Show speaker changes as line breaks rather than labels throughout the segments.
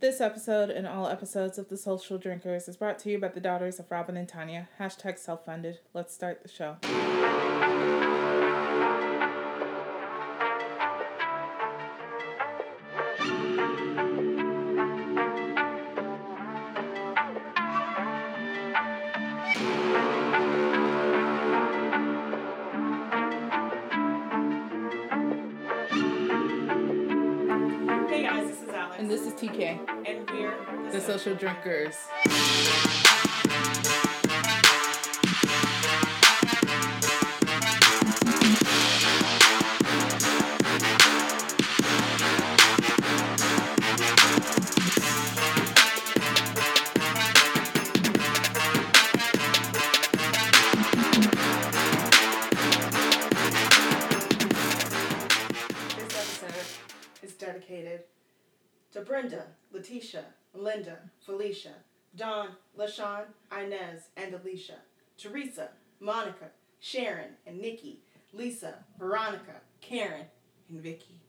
This episode and all episodes of The Social Drinkers is brought to you by the daughters of Robin and Tanya. Hashtag self funded. Let's start the show.
Hey guys, this is Alex.
And this is TK,
and we're
The Social Drinkers.
This episode is dedicated to Brenda, Letitia, Linda, Felicia, Don, LaShawn, Inez, and Alicia, Teresa, Monica, Sharon, and Nikki, Lisa, Veronica, Karen, and Vicky.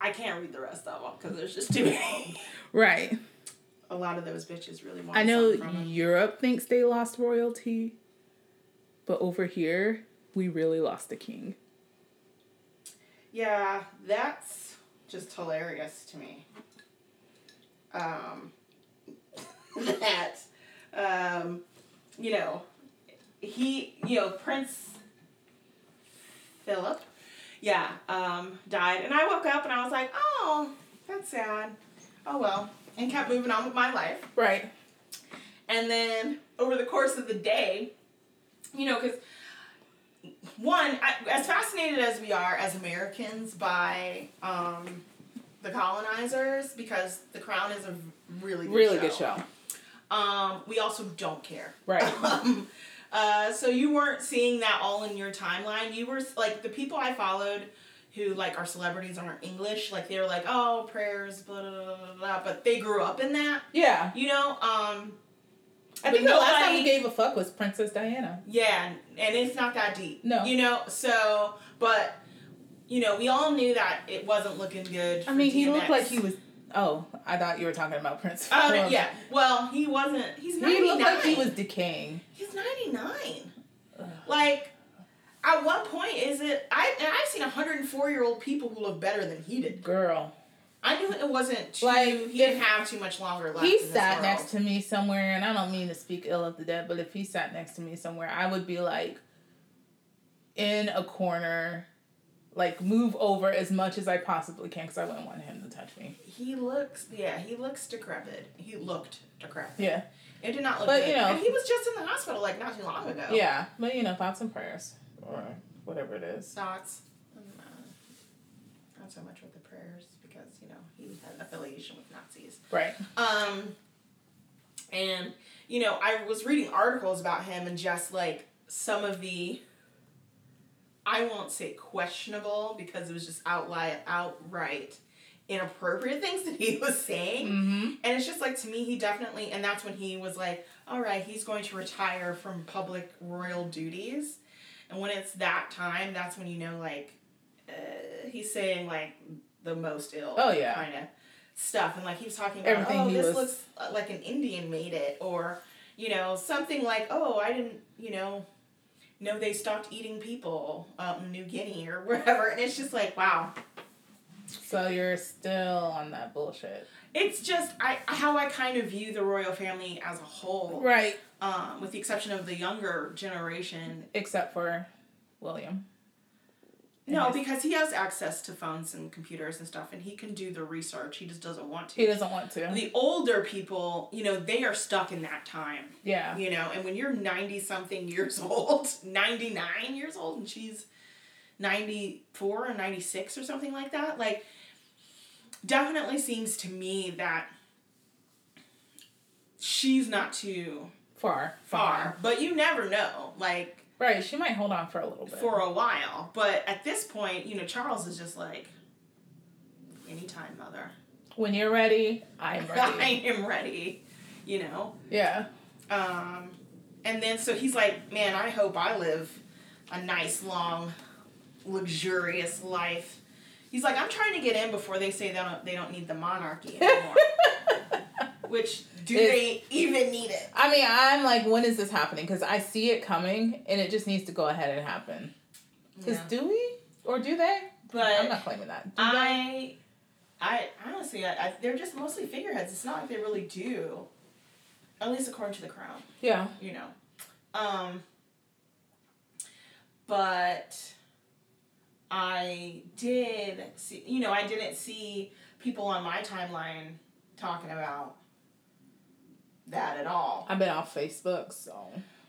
I can't read the rest of them because there's just too many.
Right.
A lot of those bitches really want.
I know
something from us.
Europe thinks they lost royalty, but over here, we really lost a king.
Yeah, that's just hilarious to me. Um, that, um, you know, he, you know, Prince Philip, yeah, um, died. And I woke up and I was like, oh, that's sad. Oh well. And kept moving on with my life.
Right.
And then over the course of the day, you know, because one, I, as fascinated as we are as Americans by um, the colonizers, because The Crown is a really good
Really
show.
good show.
Um, we also don't care.
Right.
Um, uh, so you weren't seeing that all in your timeline. You were like the people I followed who like are celebrities aren't English. Like they were like, oh, prayers, blah blah blah blah, blah. But they grew up in that.
Yeah.
You know. Um,
I
But
think the last time
nobody-
we gave a fuck was Princess Diana.
yeah, and it's not that deep.
No.
You know, so but you know, we all knew that it wasn't looking good.
I
for
mean, he
DMX.
looked like he was. Oh, I thought you were talking about Prince.
Oh
Philip.
yeah. Well, he wasn't. He's ninety
He
nine.
looked like he was decaying.
He's ninety nine. Like, at what point is it? I and I've seen hundred and four year old people who look better than he did.
Girl.
I knew it wasn't too.
Like,
he didn't
if-
have too much longer left.
He
in this
sat
world.
next to me somewhere, and I don't mean to speak ill of the dead, but if he sat next to me somewhere, I would be like in a corner, like move over as much as I possibly can because I wouldn't want him to touch me.
He looks. Yeah, he looks decrepit. He looked decrepit.
Yeah.
It did not look.
But,
good.
you know-
and he was just in the hospital like not too long ago.
Yeah. But you know, thoughts and prayers or whatever it is.
thoughts. and, uh, Not so much with the prayers because you know he had an affiliation with Nazis.
Right.
Um, and you know I was reading articles about him and just like some of the. I won't say questionable because it was just outli outright inappropriate things that he was saying.
Mm-hmm.
And it's just like to me, he definitely, and that's when he was like, all right, he's going to retire from public royal duties. And when it's that time, that's when you know, like, uh, he's saying, like, the most ill
Oh, yeah.
kind of stuff. And, like, he was talking about,
Everything
oh,
he
this
was-
looks uh, like an Indian made it, or, you know, something like, oh, I didn't, you know, no, they stopped eating people out in New Guinea or wherever. And it's just like, wow.
So you're still on that bullshit.
It's just I how I kind of view the royal family as a whole.
Right.
um, with the exception of the younger generation.
Except for William.
No, because he has access to phones and computers and stuff, and he can do the research. He just doesn't want
He
to.
doesn't want to.
The older people, you know, they are stuck in that time,
Yeah.
you know, and when you're 90 something years old, 99 years old, and she's 94 or 96 or something like that, like, definitely seems to me that she's not too
Far.
far, but you never know. Like,
Right. She might hold on for a little bit.
for a while. But at this point, you know, Charles is just like, anytime, mother.
When you're ready, I'm ready.
I am ready, you know?
Yeah.
Um, and then so he's like, man, I hope I live a nice, long, luxurious life, He's like, I'm trying to get in before they say they don't they don't need the monarchy anymore. Which do
It's-
they even need it?
I mean, I'm like, when is this happening? Because I see it coming, and it just needs to go ahead and happen. Because
Yeah.
do we or do they? I'm
But
not claiming that. Do they?
I, I honestly, I, I, they're just mostly figureheads. It's not like they really do, at least according to the crown.
Yeah.
you know. Um, but I did see, you know, I didn't see people on my timeline talking about that at all.
I've been off Facebook, so.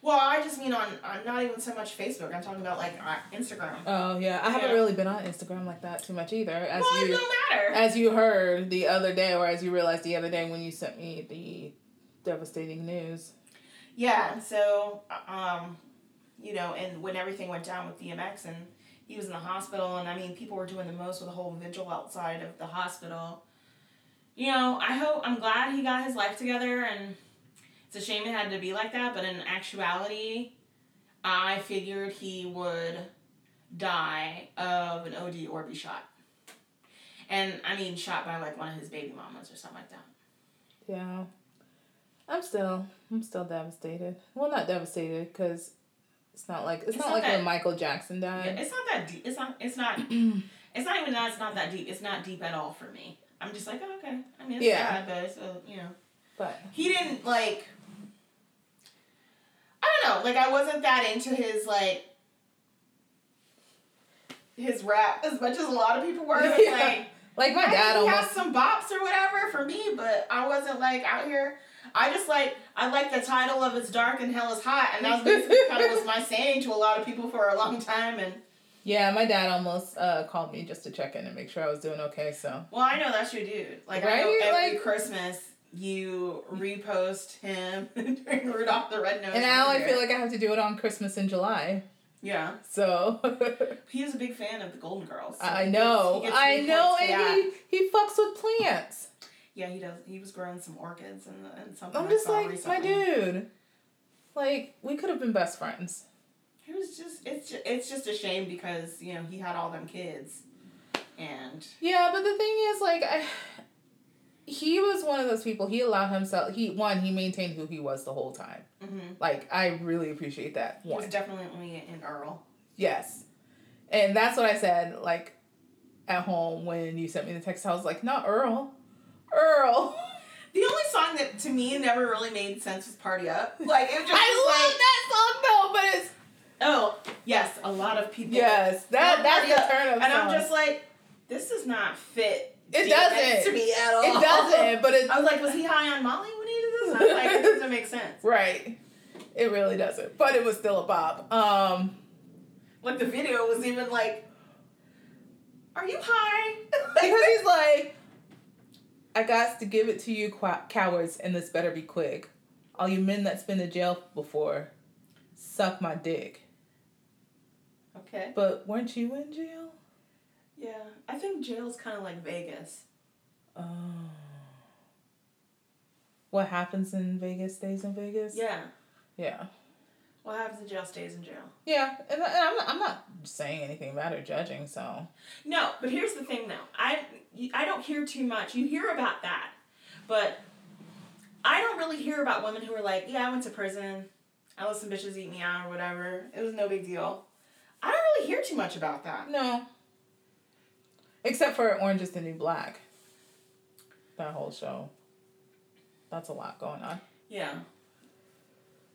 Well, I just mean on, on not even so much Facebook. I'm talking about like uh, Instagram.
Oh yeah, I haven't
Yeah.
really been on Instagram like that too much either. As
well, it
you
don't matter.
as you heard the other day, or as you realized the other day when you sent me the devastating news.
Yeah. and So, uh, um, you know, and when everything went down with DMX and he was in the hospital, and I mean, people were doing the most with a whole vigil outside of the hospital. You know, I hope I'm glad he got his life together, and it's a shame it had to be like that. But in actuality, I figured he would die of an OD or be shot. And I mean, shot by like one of his baby mamas or something like that.
Yeah, I'm still I'm still devastated. Well, not devastated because it's not like it's,
It's
not,
not
like
that-
when Michael Jackson
Yeah,
died.
it's not that deep. It's not. It's not. it's not even that. It's not that deep. It's not deep at all for me. I'm just like, oh, okay. I mean, it's
Yeah.
sad, but it's uh, you know,
But
he didn't like. I don't know. Like, I wasn't that into his like. His rap as much as a lot of people were. It's
Yeah.
Like,
like my
I
dad
think he
almost
has some bops or whatever for me, but I wasn't like out here. I just like I like the title of "It's Dark and Hell Is Hot," and that was basically kind of was my saying to a lot of people for a long time, and.
yeah my dad almost uh, called me just to check in and make sure I was doing okay. So
Well, I know that's your dude. Like I
Right?
know every
Like-
Christmas you repost him during Rudolph the Red Nosed.
and now I feel like I have to do it on Christmas in July.
yeah,
So.
he was a big fan of the Golden Girls. so
I
he
know,
gets- he gets
I
three
know,
points for that.
and he, he fucks with plants.
yeah, he does. He was growing some orchids and, and something.
I'm
I
just
saw
like, my
recently.
dude, like, we could have been best friends.
It was just it's just, it's just a shame because you know he had all them kids, and
Yeah, but the thing is, like, I, he was one of those people, he allowed himself, he, one, he maintained who he was the whole time.
mhm.
Like, I really appreciate that.
he was
One.
definitely an Earl.
Yes. And that's what I said, like, at home when you sent me the text. I was like, not Earl. Earl.
The only song that to me never really made sense was "Party Up." Like it was just like,
I love that song though, but it's
Oh, yes, a lot of people.
Yes, that
And
that's
I'm
the
like,
turn up.
And I'm just like, this does not fit.
It
DMX
doesn't.
To me at all.
it doesn't, but it
I was like, was he high on Molly when he did this? And I'm like, it doesn't make sense.
right. It really doesn't, but it was still a bop. Um,
Like the video was even like, are you high?
because he's like, I got to give it to you, qu- cowards, and this better be quick. All you men that's been to jail before, suck my dick.
okay.
But weren't you in jail?
Yeah, I think jail's kind of like Vegas.
Oh. What happens in Vegas stays in Vegas.
Yeah.
Yeah.
What happens in jail stays in jail.
Yeah, and, and I'm, I'm not saying anything about or judging, so.
No, but here's the thing though. I I don't hear too much. You hear about that, but I don't really hear about women who are like, yeah, I went to prison. I let some bitches eat me out or whatever. It was no big deal. I don't really hear too much about that.
No. Except for Orange is the New Black. That whole show. That's a lot going on.
Yeah.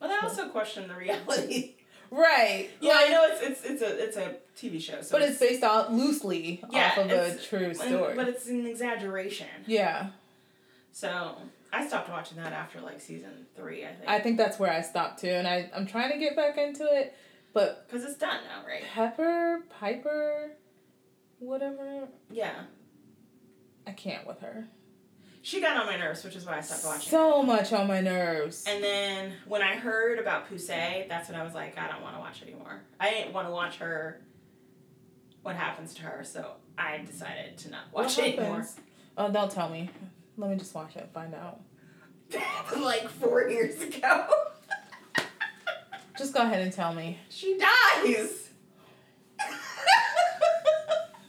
But I also question the reality.
Right.
yeah, I
like-
know it's it's it's a it's a TV show. So
But it's based off loosely
Yeah,
off of a
it's-
true
and-
story.
But it's an exaggeration.
yeah.
So I stopped watching that after like season three, I
I
think,
think that's where I stopped too, and I, I'm trying to get back into it. But
because it's done now, right?
Pepper, Piper, whatever,
Yeah.
I can't with her.
She got on my nerves, which is why I stopped watching.
So much on my nerves.
and then when I heard about Pusey, that's when I was like, I don't want to watch anymore. I didn't want to watch her. What happens to her? So I decided to not
What
watch it anymore.
happens? Oh, they'll tell me. Let me just watch it and find out.
like four years ago,
Just go ahead and tell me.
she dies.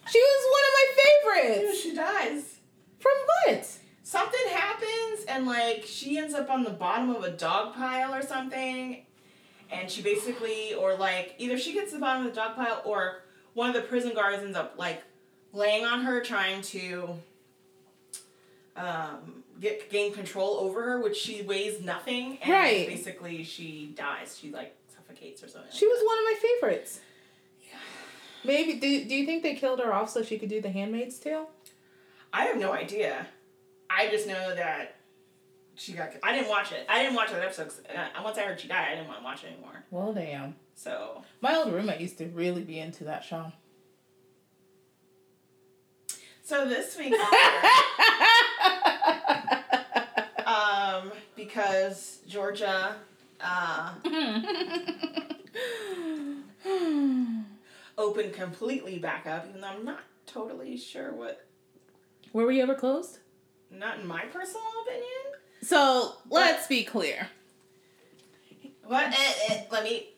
She was favorites.
She dies.
From what?
Something happens, and like she ends up on the bottom of a dog pile or something, and she basically, or like either she gets to the bottom of the dog pile, or one of the prison guards ends up like laying on her, trying to um, get gain control over her, which she weighs nothing, and
Right.
basically she dies. She like suffocates or something.
She was one of my favorites. Maybe do, do you think they killed her off so she could do the Handmaid's Tale?
I have no idea. I just know that she got. I didn't watch it. I didn't watch that episode. 'cause, uh, once I heard she died, I didn't want to watch it anymore.
Well, damn.
So
My old roommate used to really be into that show.
So this week, um, because Georgia, uh, opened completely back up, even though I'm not totally sure what.
Were we ever closed?
Not in my personal opinion.
So let's be clear.
What? Eh, eh, let me.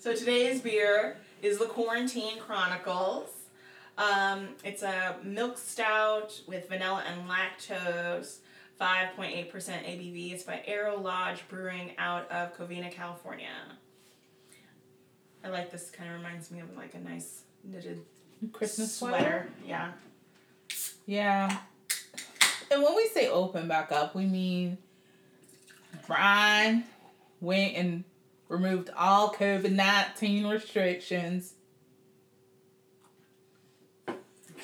So today's beer is the Quarantine Chronicles. Um, it's a milk stout with vanilla and lactose. 5.8% ABV. It's by Arrow Lodge Brewing out of Covina, California. I like this. Kind of reminds me of like a nice knitted
Christmas
sweater.
sweater.
Yeah.
Yeah. And when we say open back up, we mean Brian went and removed all COVID 19 restrictions.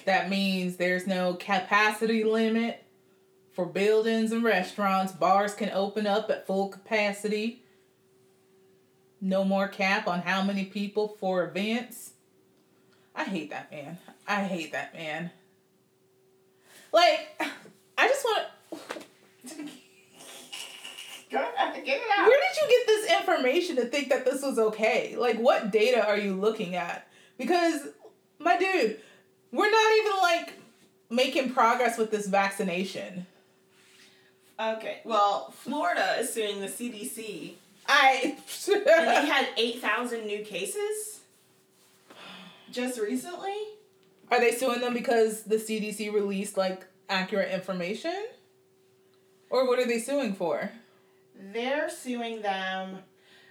That means there's no capacity limit for buildings and restaurants. Bars can open up at full capacity. No more cap on how many people for events. I hate that man. I hate that man. Like, I just want.
Go ahead, get it out.
Where did you get this information to think that this was okay? Like, what data are you looking at? Because, my dude, we're not even like making progress with this vaccination.
okay. Well, Florida is suing the CDC,
I.
and they had eight thousand new cases just recently.
are they suing them because the CDC released like accurate information? Or what are they suing for?
They're suing them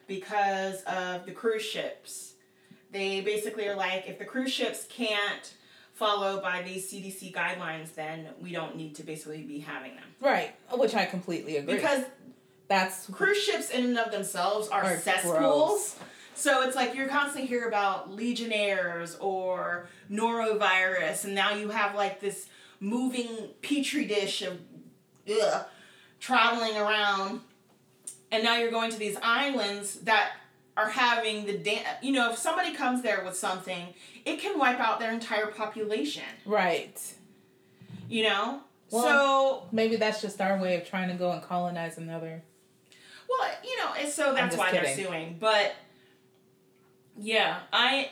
because of the cruise ships. They basically are like, if the cruise ships can't follow by these CDC guidelines, then we don't need to basically be having them.
Right, which I completely agree.
Because
that's
cruise ships in and of themselves are,
Are
cesspools.
gross.
So it's like you're constantly hear about Legionnaires or norovirus, and now you have like this moving petri dish of ugh, traveling around, and now you're going to these islands that are having the da- you know if somebody comes there with something, it can wipe out their entire population.
right.
You know,
Well-
so
Maybe that's just our way of trying to go and colonize another.
Well, you know, and so that's
just
why they're
kidding.
suing. But yeah, I.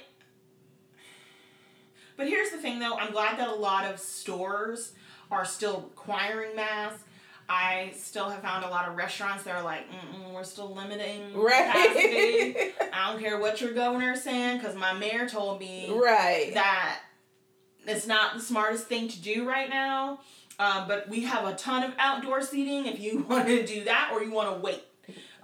But here's the thing, though. I'm glad that a lot of stores are still requiring masks. I still have found a lot of restaurants that are like, Mm-mm, we're still limiting capacity.
Right.
I don't care what your governor's saying, because my mayor told me
right.
that it's not the smartest thing to do right now. Um, but we have a ton of outdoor seating if you want to do that or you want to wait.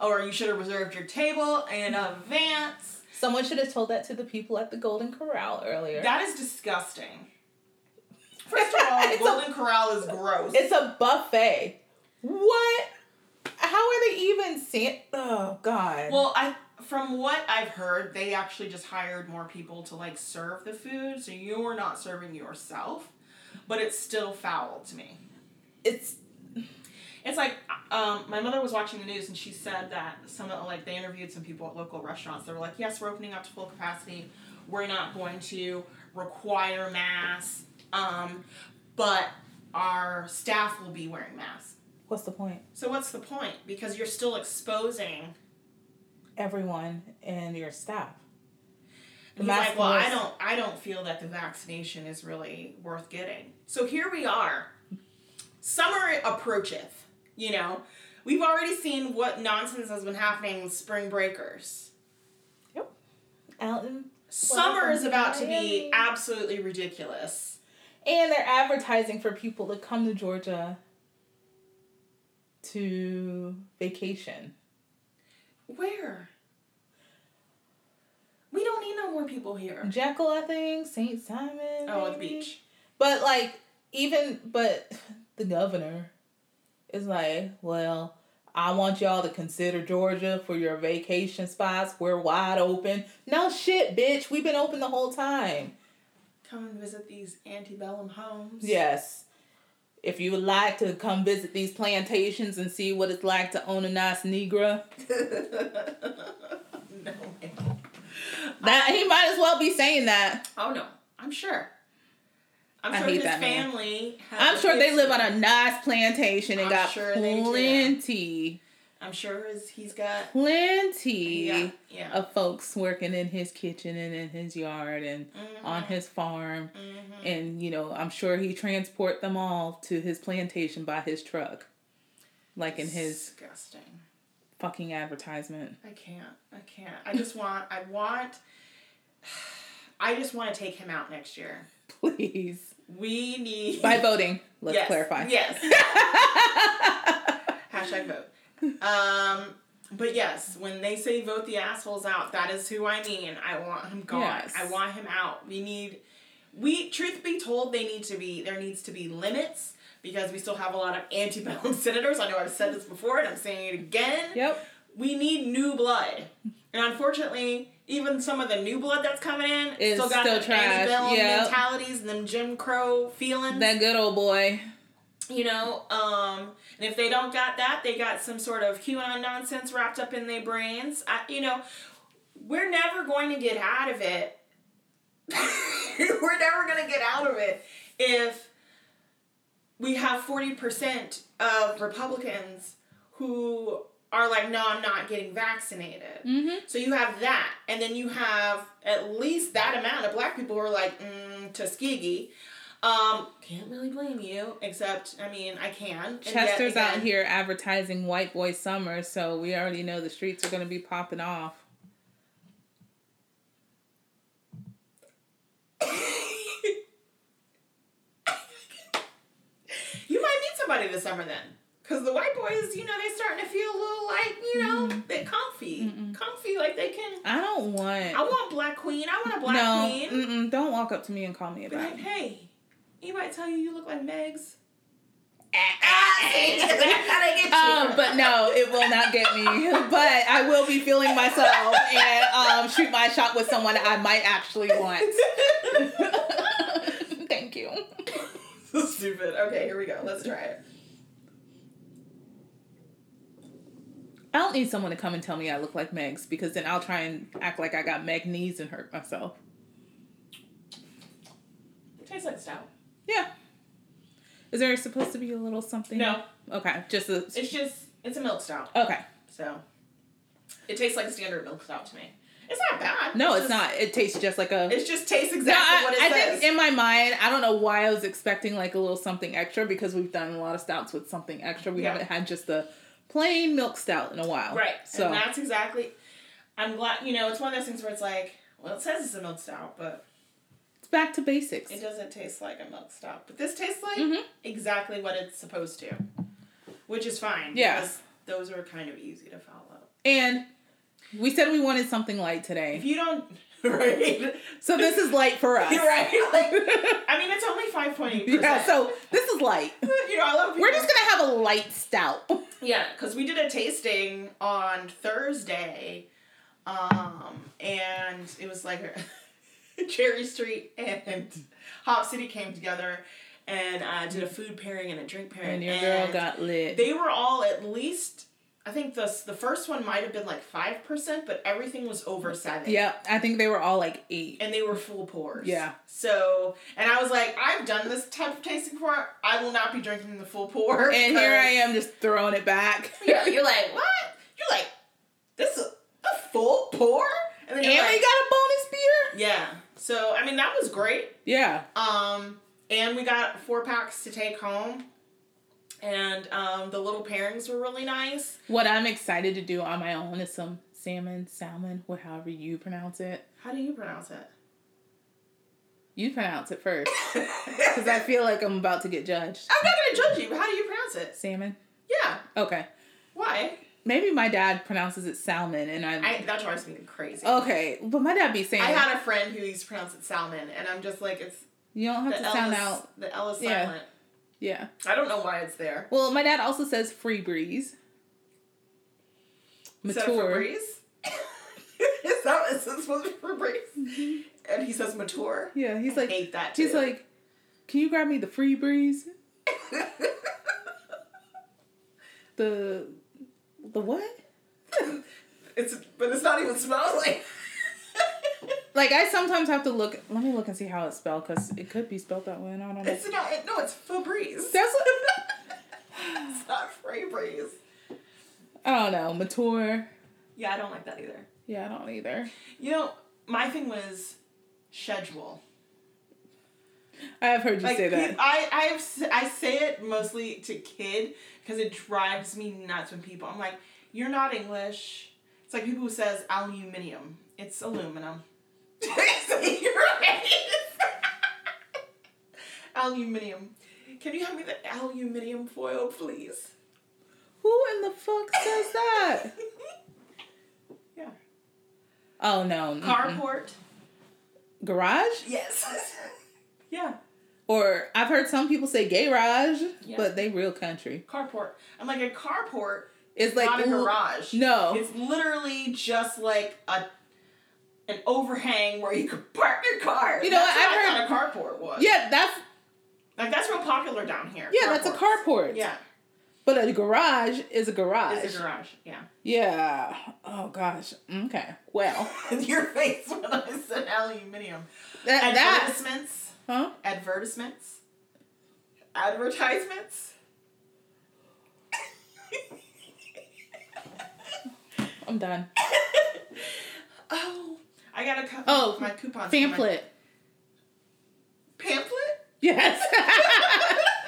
Or you should have reserved your table in advance.
Someone should have told that to the people at the Golden Corral earlier.
That is disgusting. First of all,
It's a-
Golden Corral is gross.
it's a buffet. What? How are they even san- Oh God.
Well, I from what I've heard, they actually just hired more people to like serve the food, so you're not serving yourself. But it's still foul to me.
it's
It's like um, my mother was watching the news and she said that some of like they interviewed some people at local restaurants. They were like, "Yes, we're opening up to full capacity. We're not going to require masks, um, but our staff will be wearing masks."
what's the point?
So what's the point? Because you're still exposing.
Everyone and your staff. The
He's like,
mask
well, I
was-
don't, I don't feel that the vaccination is really worth getting. So here we are. Summer approacheth. You know, we've already seen what nonsense has been happening with spring breakers.
Out in
Summer
Welcome
is about to
to
be
Miami.
absolutely ridiculous.
And they're advertising for people to come to Georgia to vacation.
Where? We don't need no more people here.
Jekyll, I think, St. Simon.
Oh, at the
maybe?
beach.
But like even but the governor is like, well, I want y'all to consider Georgia for your vacation spots. We're wide open. No shit, bitch. We've been open the whole time.
Come and visit these antebellum homes.
Yes. If you would like to come visit these plantations and see what it's like to own a nice Negro,
no.
that he might as well be saying that.
Oh no, I'm sure. I'm
I
sure
hate
his
that man.
family. has
I'm
a
sure they
history.
live on a nice plantation and
I'm
got
sure they do.
plenty,
I'm sure his, he's got.
plenty.
Yeah. yeah.
of folks working in his kitchen and in his yard and on
Mm-hmm.
his farm
Mhm.
and you know i'm sure he transport them all to his plantation by his truck like in his
disgusting.
fucking advertisement
I can't. I can't. I just want. I want. I just want to take him out next year.
please
We need.
by voting let's
Yes,
clarify
Yes. Hashtag vote. Um, but yes, when they say vote the assholes out, that is who I mean. I want him gone.
Yes.
I want him out. We need. We truth be told, they need to be. There needs to be limits because we still have a lot of antebellum senators. I know I've said this before, and I'm saying it again.
yep
We need new blood, and unfortunately, even some of the new blood that's coming in
Is
still got
still
them
trash.
antebellum
Yep.
mentalities and them Jim Crow feelings
that good old boy
you know um and if they don't got that they got some sort of qanon nonsense wrapped up in their brains I, you know we're never going to get out of it we're never going to get out of it if we have 40% of republicans who are like no i'm not getting vaccinated
mm-hmm.
so you have that, and then you have at least that amount of black people who are like mm, Tuskegee. Um, can't really blame you, except I mean I can. And yet
chester's out
again-
here advertising white boy summer so we already know the streets are going to be popping off
you might meet somebody this summer then, because the white boys, you know, they're starting to feel a little like you know they're comfy, comfy like they can.
i don't want
I want black queen. I want a black
no
queen.
mm-mm, don't walk up to me and call me a
Be like,
bad
hey, anybody tell you you look like Megs? Ah, see, that's how they get you.
Um, but no, it will not get me. But I will be feeling myself and um, shoot my shot with someone I might actually want. Thank you.
so stupid. Okay, here we go. Let's try it.
I don't need someone to come and tell me I look like Megs because then I'll try and act like I got Meg knees and hurt myself.
Tastes like stout.
Yeah. Is there supposed to be a little something?
No,
Okay. Just a.
it's just it's a milk stout.
Okay.
So it tastes like standard milk stout to me. It's not bad.
No, it's
just-
not. It tastes just like a.
It just tastes
No,
exactly
I,
what it
I
says.
think in my mind, I don't know why I was expecting like a little something extra because we've done a lot of stouts with something extra. We
Yeah.
haven't had just a plain milk stout in a while.
right.
So
And that's exactly. I'm glad you know it's one of those things where it's like, well, it says it's a milk stout, but
it's back to basics.
it doesn't taste like a milk stout. But this tastes like
Mhm.
exactly what it's supposed to, which is fine.
Yeah.
because Those are kind of easy to follow.
And we said we wanted something light
If
today.
you don't, right?
So this is light for us.
You're right. Like, I mean, it's only five point eight percent.
yeah, so this is light.
you know, I love.
We're
people-
just gonna have a light stout.
Yeah, because we did a tasting on Thursday, um, and it was like Cherry Street and Hop City came together and uh, did a food pairing and a drink pairing.
Mm. And your girl
and
got lit.
They were all at least. I think the the first one might have been like five percent, but everything was over seven.
yeah, I think they were all like eight.
And they were full pours.
Yeah.
So, and I was like, I've done this type of tasting before. I will not be drinking the full pour.
And here I am just throwing it back.
Yeah, you're like, what? You're like, this is a full pour? And
And
then you're
we got
like,
a bonus beer.
yeah. So I mean, that was great.
Yeah.
Um, and we got four packs to take home, and um, the little pairings were really nice.
What I'm excited to do on my own is some salmon, salmon, or however you pronounce it.
How do you pronounce it?
You pronounce it first. Because I feel like I'm about to get judged.
I'm not gonna judge you, but how do you pronounce it?
Salmon?
Yeah.
Okay.
Why?
Maybe my dad pronounces it salmon and I.
I that drives me crazy.
okay, but my dad be saying.
I had a friend who used to pronounce it salmon, and I'm just like, it's
you don't have
the
to
L
sound
is,
out.
the L is
Yeah.
silent.
Yeah.
I don't know why it's there.
Well, my dad also says free breeze.
Mature.
Mature.
is that is this supposed to be Febreze? And he says mature.
Yeah, he's
I
like.
hate that.
He's
too.
like, can you grab me the free breeze? The. The what?
it's but it's not even smells like.
Like I sometimes have to look. Let me look and see how it's spelled because it could be spelled that way. And I don't know.
it's not. It, no, it's Febreze.
That's what,
it's not Febreze.
I don't know. Mature.
Yeah, I don't like that either.
Yeah, I don't either.
You know, my thing was schedule.
I have heard you
Like
say that.
pe- I I have s- I say it mostly to kid because it drives me nuts when people. I'm like, you're not English. It's like people who says aluminium. It's aluminum. So you're right. aluminium. Can you hand me the aluminium foil, please?
Who in the fuck says that?
yeah.
Oh no. mm-mm.
Carport.
Garage?
Yes. yeah.
Or I've heard some people say garage,
Yeah.
but they real country.
Carport. I'm like a carport
It's like
not a
ooh,
garage.
No.
It's literally just like a an overhang where you could park your car.
You know
that's
what, I've
I thought a carport was.
Yeah, that's
Like that's real popular down here.
yeah, that's a
Carports.
carport.
Yeah.
But a garage is a garage.
It's a garage. Yeah.
Yeah. Oh gosh. Okay. Well,
your face when I said aluminium.
that that
Advertisements.
huh?
Advertisements. Advertisements.
I'm done.
Oh, I got a couple
Oh,
of my coupons. for my-
Pamphlet.
Pamphlet?
Yes.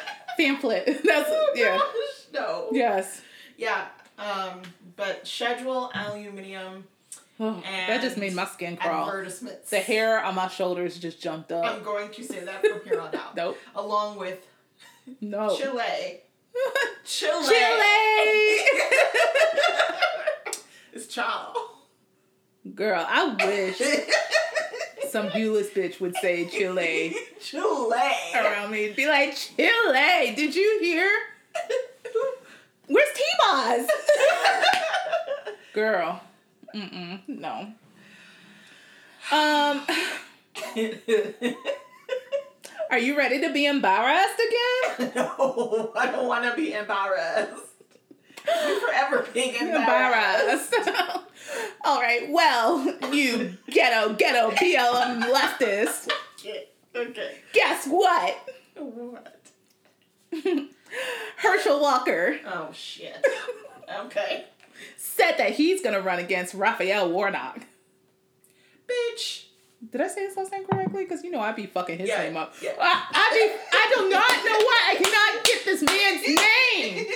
Pamphlet. That's
Oh,
yeah.
gosh, no.
Yes.
Yeah, um, but schedule aluminium
Oh, that just made my skin crawl.
advertisements.
The hair on my shoulders just jumped
I'm
up.
going to say that from here on out.
Nope.
Along with
No.
Chile. Chile.
Chile.
it's chow.
Girl, I wish some Beulah's bitch would say Chile
Chile.
around me. Be like, Chile, did you hear? Where's T Boz? Girl. Mm-mm. No. Um, are you ready to be embarrassed again?
no, I don't want to be embarrassed. I'm forever being embarrassed.
Embarrassed. All right, well, you ghetto, ghetto, BLM leftist.
Okay.
Guess what?
What?
Herschel Walker
Oh shit. okay.
said that he's gonna run against Raphael Warnock.
Bitch.
Did I say his last name correctly? Because you know I be fucking his
Yeah,
name up.
yeah.
I, I be I do not know why I cannot get this man's name.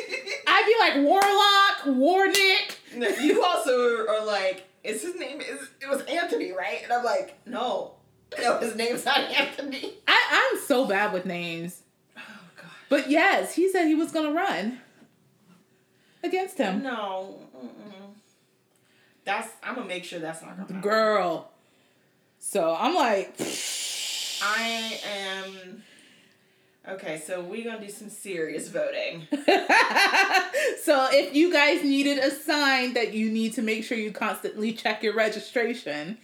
I be like Warlock, Warnick.
No, you also are like, is his name is it was Anthony, right? And I'm like, no. No, his name's not Anthony.
I, I'm so bad with names.
Oh god.
But yes, he said he was gonna run against him.
No. Mm-mm. That's I'm gonna make sure that's not gonna happen.
Girl. So I'm like,
I am Okay, so we're gonna do some serious voting.
so if you guys needed a sign that you need to make sure you constantly check your registration,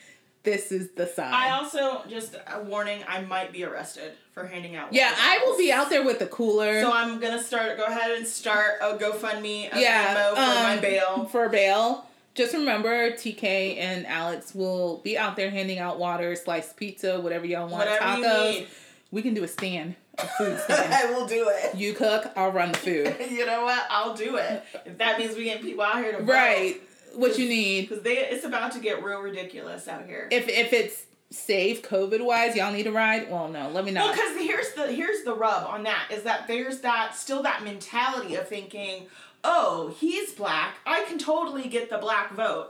this is the sign.
I also just a warning, I might be arrested for handing out
yeah, I will be out there with the cooler.
So I'm gonna start. Go ahead and start a GoFundMe. A
yeah,
Venmo for my
um,
bail.
For bail. Just remember, TK and Alex will be out there handing out water, sliced pizza, whatever y'all want,
Whatever
tacos.
you need,
We can do a stand, a food stand.
I will do it.
you cook, I'll run the food.
You know what? I'll do it. If that means we get people out here to
Right, what you need.
Because they, it's about to get real ridiculous out here.
If if it's safe, COVID wise, y'all need a ride. Well, no, let me
Well,
not.
because here's the here's the rub on that is that there's that still that mentality of thinking, oh, he's black, I can totally get the black vote.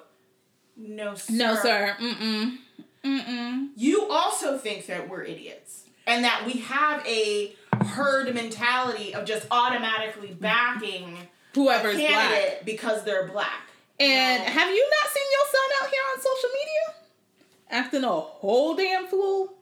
No, sir.
No, sir. Mm mm. Mm-mm.
you also think that we're idiots and that we have a herd mentality of just automatically backing
Whoever is black.
candidate because they're black.
And
No.
have you not seen your son out here on social media acting a whole damn fool?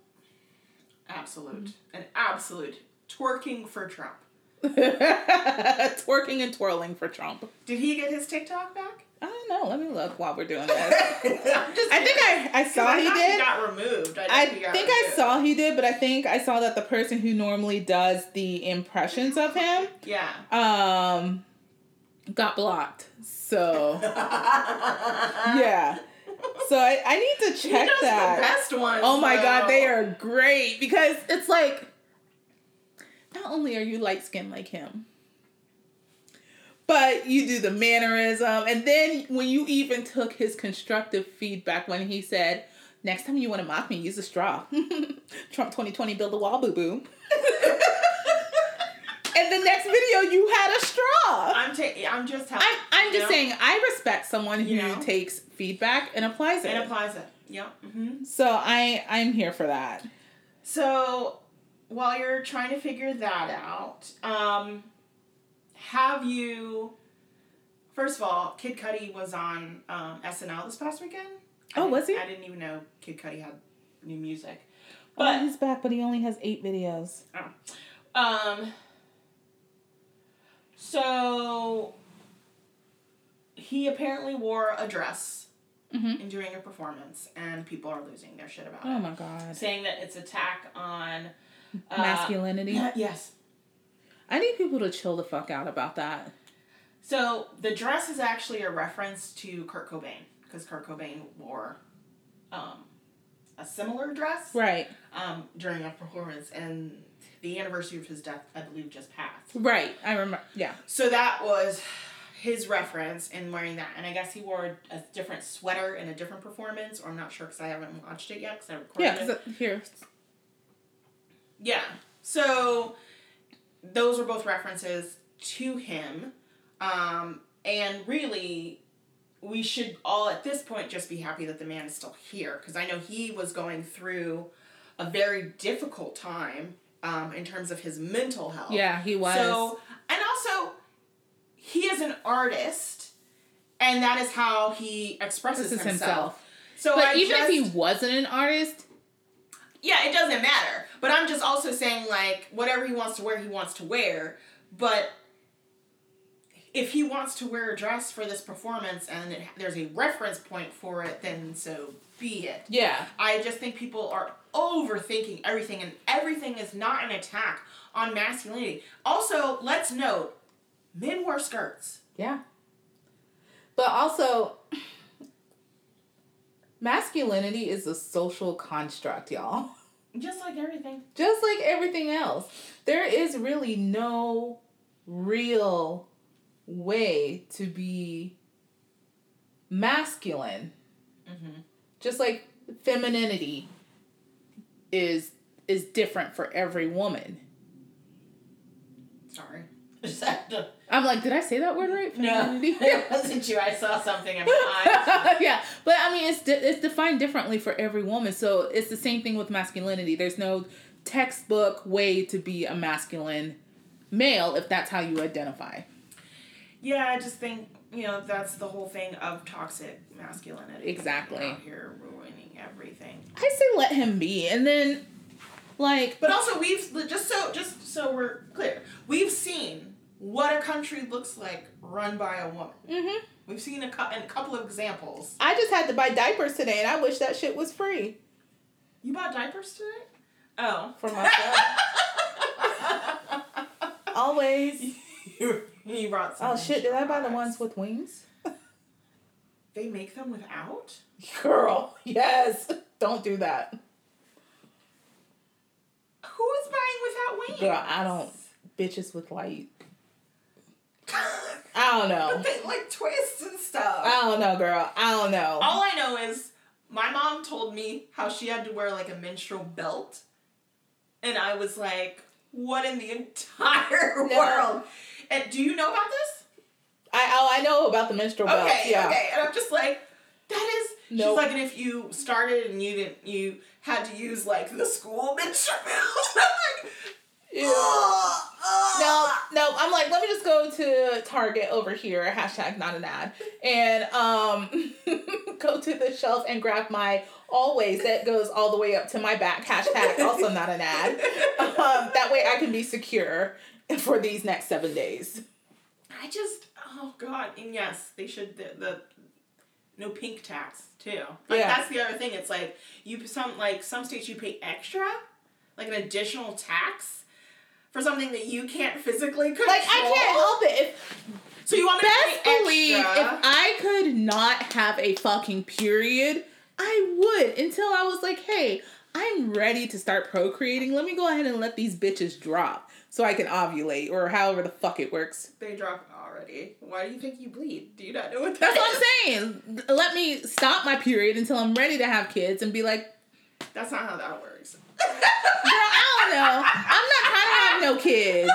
Absolute. An absolute twerking for Trump.
Twerking and twirling for Trump.
Did he get his TikTok back?
I don't know. Let me look while we're doing
I'm
this.
just
I think I, I saw
I
he
thought
did.
got removed. I,
I
think he got
think I
removed.
saw he did, but I think I saw that the person who normally does the impressions of him
Yeah.
um got blocked. So yeah. So I, I need to
He
check
does
that.
the best ones.
Oh my god, they
though.
are great because it's like not only are you light skinned like him, but you do the mannerism. And then when you even took his constructive feedback when he said, Next time you want to mock me, use a straw. Trump 2020 build a wall, boo boo. and the next video, you had a straw.
I'm taking. I'm just telling.
I'm, I'm
you
just
know?
saying, I respect someone who
You know?
takes feedback and applies it.
It applies it. Yep. hmm
so I, I'm here for that.
So, while you're trying to figure that out, um, have you? First of all, Kid Cudi was on um, SNL this past weekend. I
Oh,
didn't-
was he?
I didn't even know Kid Cudi had new music,
But
but
he's back, but he only has eight videos.
um, so he apparently wore a dress
Mhm.
in doing a performance, and people are losing their shit about
Oh
it,
my god.
saying that it's attack on uh,
Masculinity.
Yes.
I need people to chill the fuck out about that.
So the dress is actually a reference to Kurt Cobain because Kurt Cobain wore um, a similar dress
Right.
um, during a performance, and the anniversary of his death, I believe, just passed.
Right. I remember. Yeah.
So that was his reference in wearing that, and I guess he wore a different sweater in a different performance, or I'm not sure because I haven't watched it yet because I recorded
Yeah.
it.
'cause it- here.
Yeah. So those were both references to him. Um, and really, we should all at this point just be happy that the man is still here because I know he was going through a very difficult time um, in terms of his mental health.
Yeah, he was.
So, and also, he is an artist, and that is how he expresses
This is
himself.
himself.
So,
But
I
even if
just,
he wasn't an artist,
yeah, it doesn't matter. But I'm just also saying, like, whatever he wants to wear, he wants to wear. But if he wants to wear a dress for this performance and it, there's a reference point for it, then so be it.
yeah.
I just think people are overthinking everything, and everything is not an attack on masculinity. Also, let's note men wear skirts.
Yeah. But also, masculinity is a social construct, y'all.
Just like everything.
just like everything else there is really no real way to be masculine
Mm-hmm.
just like femininity is is different for every woman
Sorry. Just had to-
i'm like did i say that word right
No,
Femininity?
it wasn't you. I saw something in my eyes.
yeah, but I mean, it's de- it's defined differently for every woman. So it's the same thing with masculinity. There's no textbook way to be a masculine male if that's how you identify.
Yeah, I just think you know that's the whole thing of toxic masculinity.
Exactly.
out here ruining everything.
I say let him be, and then like
But also, we've just so just so we're clear, we've seen what a country looks like run by a woman.
mhm.
We've seen a, cou- a couple of examples.
I just had to buy diapers today, and I wish that shit was free
You bought diapers today? Oh,
for myself. Always.
you, you brought some.
Oh shit! Did I buy the ones
products.
with wings?
They make them without.
Girl, yes. Don't do that,
Who is buying without wings?
girl. I don't. Bitches with light. I don't know.
but they like twist and stuff.
I don't know, girl. I don't know.
All I know is my mom told me how she had to wear like a menstrual belt. And I was like, what in the entire
No.
world? And do you know about this?
I oh, I know about the menstrual belt.
Okay,
yeah.
okay. And I'm just like, that is
Nope.
She's like, and if you started and you didn't, you had to use like the school menstrual pills. I'm like, "Ugh, ugh."
No, no. I'm like, let me just go to Target over here. Hashtag not an ad, and um, go to the shelf and grab my always that goes all the way up to my back. Hashtag also not an ad. Um, that way I can be secure for these next seven days.
I just, oh god, and yes, they should the, the no pink tax too. Like
Yeah.
that's the other thing. It's like you some like some states you pay extra, like an additional tax for something that you can't physically control.
Like I can't help it. If
So you want me
best
to pay
believe
extra?
if I could not have a fucking period, I would until I was like, hey, I'm ready to start procreating. Let me go ahead and let these bitches drop so I can ovulate or however the fuck it works.
they drop already. Why do you think you bleed? Do you not know what
That's
that
what
is?
I'm saying. Let me stop my period until I'm ready to have kids and be like, girl,
That's not how that works.
I don't know. I'm not trying to have no kids.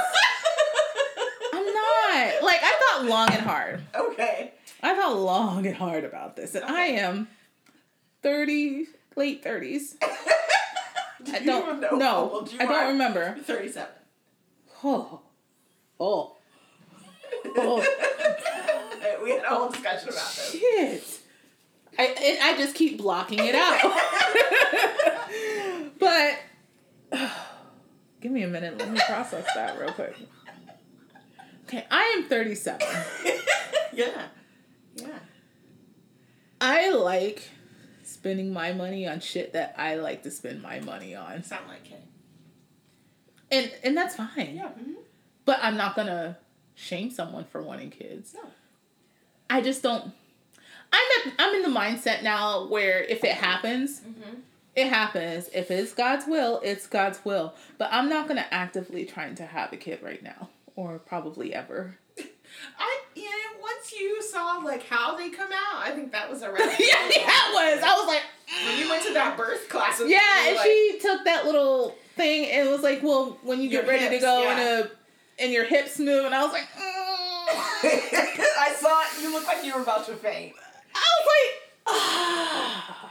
I'm not. Like, I thought long and hard.
okay.
I thought long and hard about this, and I
Okay.
am 30, late 30s.
Do
I
you
don't
know how
know.
old you
Oh, I
are?
don't remember.
37.
Oh. Oh. Oh.
we had a whole discussion about this.
Shit. I, and I just keep blocking it out. but give me a minute. Let me process that real quick. Okay, I am 37.
yeah. Yeah.
I like spending my money on shit that I like to spend my money on.
Sound like it.
And and that's fine.
Yeah. mhm.
But I'm not gonna shame someone for wanting kids.
No.
I just don't. I'm at, I'm in the mindset now where if it happens,
Mm-hmm.
it happens. If it's God's will, it's God's will. But I'm not gonna actively trying to have a kid right now, or probably ever.
I yeah, once you saw like how they come out, I think that was a wrap.
yeah, that was. I was like, mm.
When you went to that birth class with me,
yeah.
you
And
were
she took that little thing and was like, well, when you get
Your
ready to
hips,
go
yeah.
and a and your hips move, and I was like, mm.
like, I saw it, you looked like you were about to faint.
I was like. ah.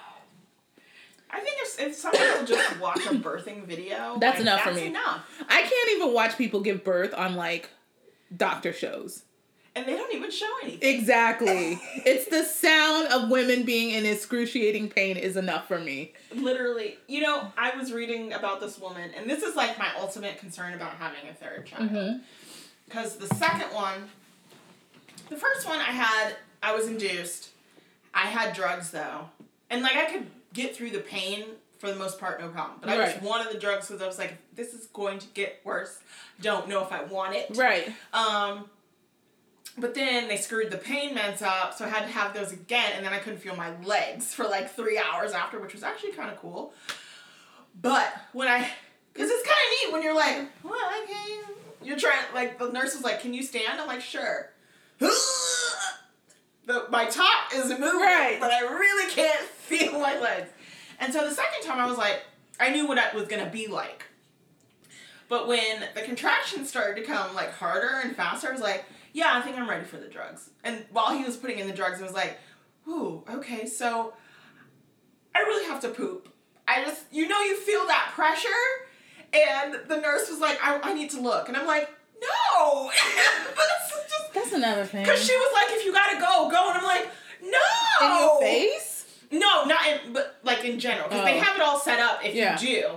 I think if, if someone will just watch a birthing video,
That's
like,
enough for
that's
me.
enough.
I can't even watch people give birth on like doctor shows.
And they don't even show anything.
Exactly. it's the sound of women being in excruciating pain is enough for me.
Literally, you know, I was reading about this woman, and this is like my ultimate concern about having a third child. Because the second one, the first one I had, I was induced. I had drugs though. And like I could get through the pain for the most part, no problem. But I
Right.
just wanted the drugs because I was like, this is going to get worse. Don't know if I want it.
Right.
Um, but then they screwed the pain meds up, so I had to have those again, and then I couldn't feel my legs for like three hours after, which was actually kind of cool. But when I, because it's kind of neat when you're like, well, okay, you're trying, like, the nurse was like, can you stand? I'm like, sure. The, my top is moving,
Right.
but I really can't feel my legs. And so the second time I was like, I knew what it was gonna be like. But when the contractions started to come like harder and faster, I was like, yeah, I think I'm ready for the drugs. And while he was putting in the drugs, I was like, ooh, okay, so I really have to poop. I just, you know, you feel that pressure. And the nurse was like, I, I need to look. And I'm like, no! This is just-
That's another thing.
Cause she was like, if you gotta go, go. And I'm like,
in
no.
your face?
No, not in, but like in general, because they
Oh.
have it all set up if
Yeah.
you do.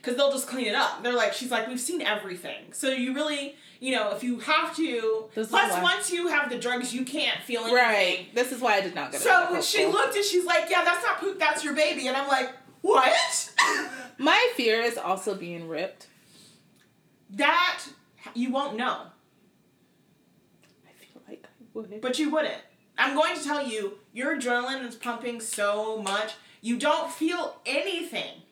Because they'll just clean it up. They're like, she's like, we've seen everything. So you really, you know, if you have to.
This is
plus,
why-
once you have the drugs, you can't feel anything.
Right. This is why I did not go to
So
medical
when she
school.
looked and she's like, yeah, that's not poop, that's your baby. And I'm like, what?
My fear is also being ripped.
that, you won't know.
I feel like I would.
But you wouldn't. I'm going to tell you, your adrenaline is pumping so much, you don't feel anything.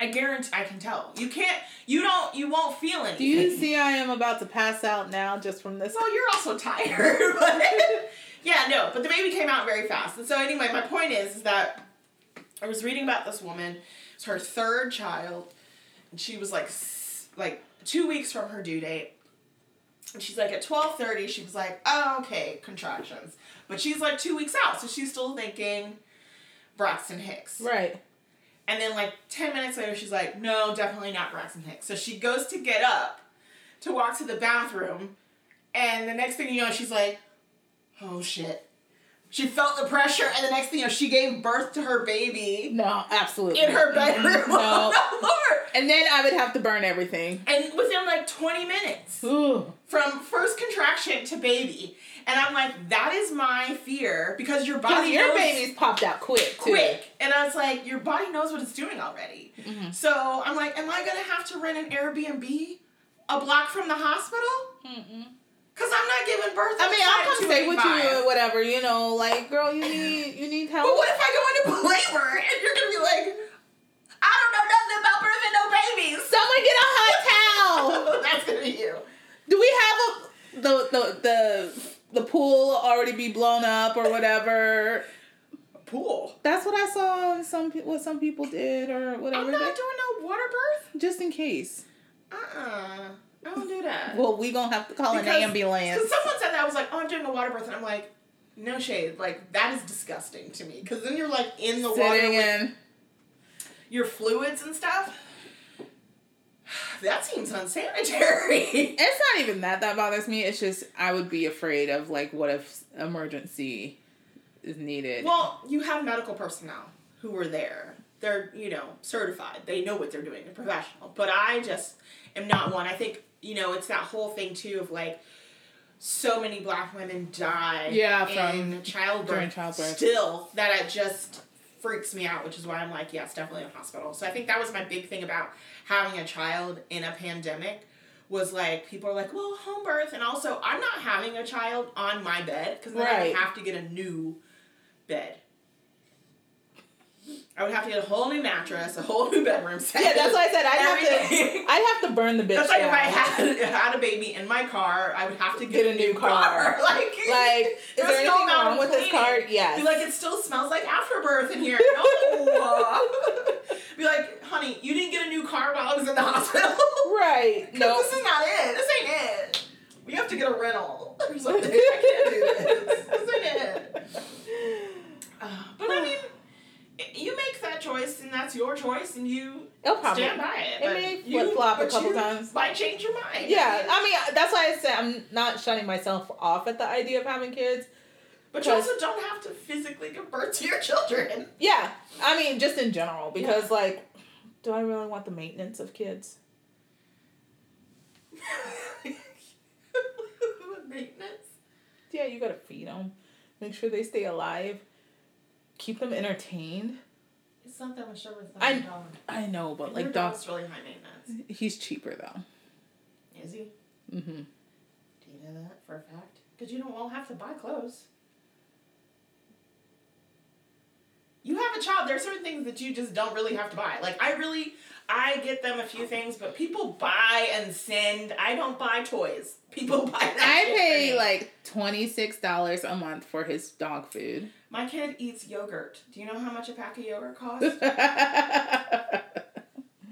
I guarantee I can tell. You can't you don't you won't feel anything.
Do you see I am about to pass out now just from this?
well, Oh, you're also tired. but- yeah, no, but the baby came out very fast. And so anyway, my point is, is that I was reading about this woman. It's her third child, and she was like, s- like two weeks from her due date, And she's like, at 12.30, she was like, oh, okay, contractions. But she's like two weeks out, so she's still thinking Braxton Hicks.
Right.
And then like 10 minutes later, she's like, no, definitely not Braxton Hicks. So she goes to get up to walk to the bathroom. And the next thing you know, she's like, oh shit. She felt the pressure, and the next thing you know, she gave birth to her baby
No, absolutely.
in her bedroom.
No.
Oh, Lord.
And then I would have to burn everything.
And within like 20 minutes,
Ooh.
from first contraction to baby. And I'm like, that is my fear because your
Because
body
your
knows
babies popped out quick, too.
quick. And I was like, your body knows what it's doing already.
Mm-hmm.
So I'm like, am I gonna have to rent an Airbnb a block from the hospital?
Mm-mm.
Because I'm not giving birth.
I mean, I'll come stay with you
outside
or whatever, you know, like, girl, you need you need
But
help.
what if I go into labor and you're gonna be like, I don't know nothing about birthing no babies?
Someone get a hot towel.
That's gonna be you.
Do we have a the the the the pool already be blown up or whatever?
Pool.
That's what I saw. Some pe- what some people did or
I'm
whatever.
not doing no water birth.
Just in case.
Uh-uh. I don't do that.
Well, we gonna have to call
Because-
an ambulance.
Because someone said that I was like, oh, I'm doing a water birth, and I'm like, no shade, like that is disgusting to me. Because then you're like in the water
Sitting
with
in.
your fluids and stuff. That seems unsanitary.
It's not even that that bothers me. It's just I would be afraid of like what if emergency is needed.
well, you have medical personnel who were there. They're you know certified. They know what they're doing. They're professional. But I just am not one. I think you know it's that whole thing too of like. So many black women die
Yeah,
in childbirth,
during childbirth.
still that it just freaks me out, which is why I'm like, yes, definitely a hospital. So I think that was my big thing about having a child in a pandemic was like people are like, well, home birth, and also I'm not having a child on my bed because then I
Right.
would have to get a new bed. I would have to get a whole new mattress, a whole new bedroom set.
yeah, that's why I said I'd have
everything.
to I'd have to burn the bitch.
That's like if
down.
I had had a baby in my car, I would have to get, a, new car. like,
like is
There's
there
no
anything
amount
wrong
of
with this
cleaning.
card? Yes.
Be like, it still smells like afterbirth in here. No. Be like, honey, you didn't get a new car while I was in the hospital.
right. No.
This is not it. This ain't it. We have to get a rental or something. I can't do this. This ain't it. Uh, but I mean, i- you make that choice, and that's your choice, and you
It'll probably.
stand by it.
It
but
may
you-
flip-flop a
but
couple
you
times.
Might change your mind.
Yeah, I mean that's why I said I'm not shutting myself off at the idea of having kids.
But you
Because-
also don't have to physically give birth to your children.
Yeah, I mean just in general because like, do I really want the maintenance of kids?
Maintenance.
Yeah, you gotta feed them, make sure they stay alive, keep them entertained.
It's not that much different than
I-
a dog.
I know, but
Your
like
dog's
dogs,
really high maintenance.
he's cheaper though.
Is he?
Mm-hmm.
Do you know that for a fact? Because you don't all have to buy clothes. You have a child. There are certain things that you just don't really have to buy. Like I really, I get them a few things, but people buy and send. I don't buy toys. People buy. That
I
shit for
pay
me.
like twenty six dollars a month for his dog food.
My kid eats yogurt. Do you know how much a pack of yogurt costs?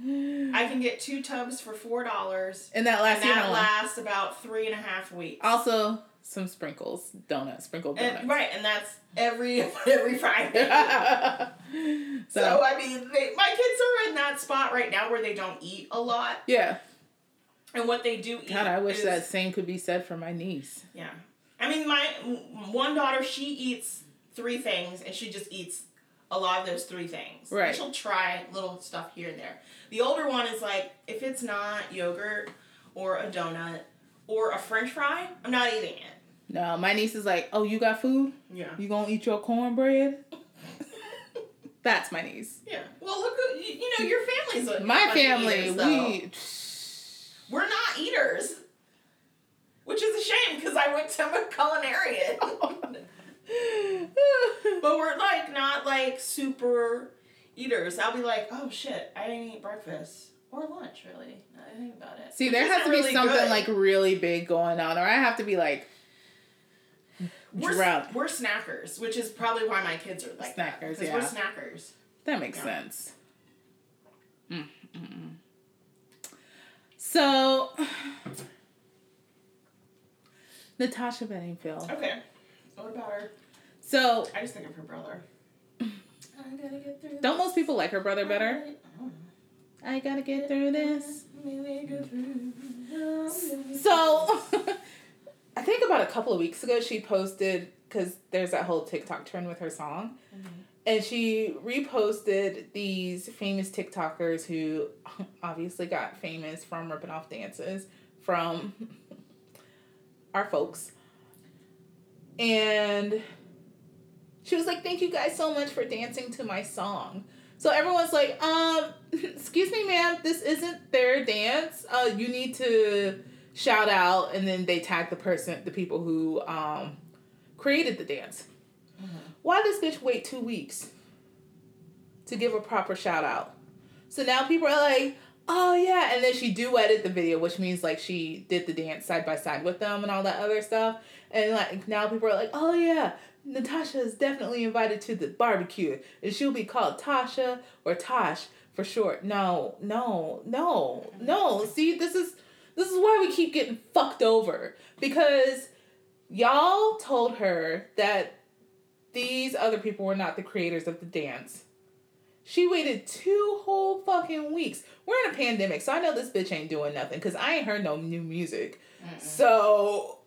and
I can get two tubs for four dollars.
that last
And
year,
that
no.
lasts about three and a half weeks.
Oh, also some sprinkles, donuts, sprinkled donuts.
And, right, and that's every every Friday.
so,
so, uh, I mean, they, my kids are in that spot right now where they don't eat a lot,
yeah,
and what they do eat.
God, I wish
is-
that same could be said for my niece.
Yeah, I mean, my m- one daughter she eats three things, and she just eats a lot of those three things. And
Right.
she'll try little stuff here and there. The older one is like, if it's not yogurt or a donut or a French fry, I'm not eating it.
No, my niece is like, oh, you got food?
Yeah.
You gonna eat your cornbread? That's my niece.
Yeah. Well, look who you, you know your family's. a-
My
bunch of
family,
eaters, though.
we.
we're not eaters, which is a shame because I went to I'm a culinarian, but we're like not like super eaters. I'll be like, oh shit, I didn't eat breakfast or lunch really. Now that I think about it.
See,
Which
there has
isn't
to be
really
something
good.
like really big going on, or I have to be like
we're,
drought.
we're snackers, which is probably why my kids are like that,
Snackers,
'cause We're
yeah.
snackers.
That makes
Yeah.
sense. Mm, mm, mm. So, Natasha Bedingfield.
Okay. What about her?
So,
I just think of her brother. I gotta get through.
don't most people like her brother
this.
better?
I don't know.
I gotta get through this.
Maybe go through.
So, I think about a couple of weeks ago, she posted because there's that whole TikTok trend with her song. And she reposted these famous TikTokers who obviously got famous from ripping off dances from our folks. And she was like, Thank you guys so much for dancing to my song. So everyone's like, um, excuse me, ma'am, this isn't their dance. Uh, you need to shout out, and then they tag the person, the people who um, created the dance. Why does bitch wait two weeks to give a proper shout out? So now people are like, oh yeah, and then she duetted the video, which means like she did the dance side by side with them and all that other stuff. And like now people are like, oh yeah, Natasha is definitely invited to the barbecue, and she'll be called Tasha or Tosh for short. No, no, no, no. See, this is this is why we keep getting fucked over because y'all told her that these other people were not the creators of the dance. She waited two whole fucking weeks. We're in a pandemic, so I know this bitch ain't doing nothing because I ain't heard no new music. So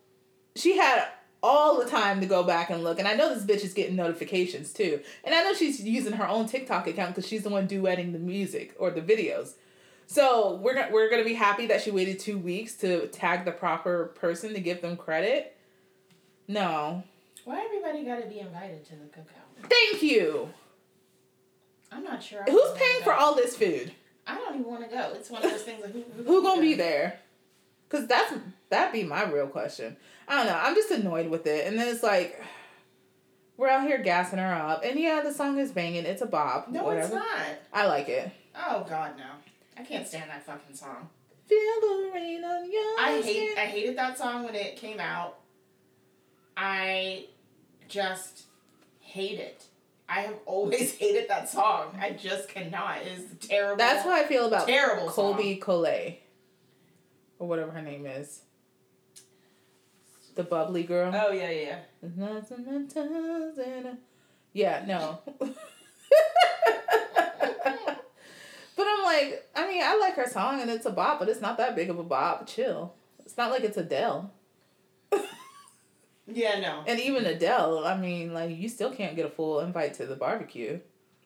she had all the time to go back and look. And I know this bitch is getting notifications too. And I know she's using her own TikTok account because she's the one duetting the music or the videos. So we're, go- we're gonna be happy that she waited two weeks to tag the proper person to give them credit. No.
Why everybody gotta be invited to the cookout?
Thank you.
I'm not sure. I
Who's
wanna
paying
go.
for all this food?
I don't even want to go. It's one of those things. Like, who, who,
Who gonna be there? Cause that's that'd be my real question. I don't know. I'm just annoyed with it, and then it's like we're out here gassing her up, and yeah, the song is banging. It's a bop.
No,
whatever.
it's not.
I like it.
Oh God, no. I can't stand that fucking song.
Feel the rain on your
I hate.
skin.
I hated that song when it came out. I just hate it. I have always hated that song. I just cannot. It's terrible.
That's how I feel about
terrible.
Colby Collet or whatever her name is. The bubbly girl.
Song. Oh yeah, yeah. Oh.
Yeah, no. but I'm like, I mean, I like her song and it's a bop, but it's not that big of a bop. Chill. It's not like it's Adele.
Yeah, no,
And even Adele, I mean, like, you still can't get a full invite to the barbecue.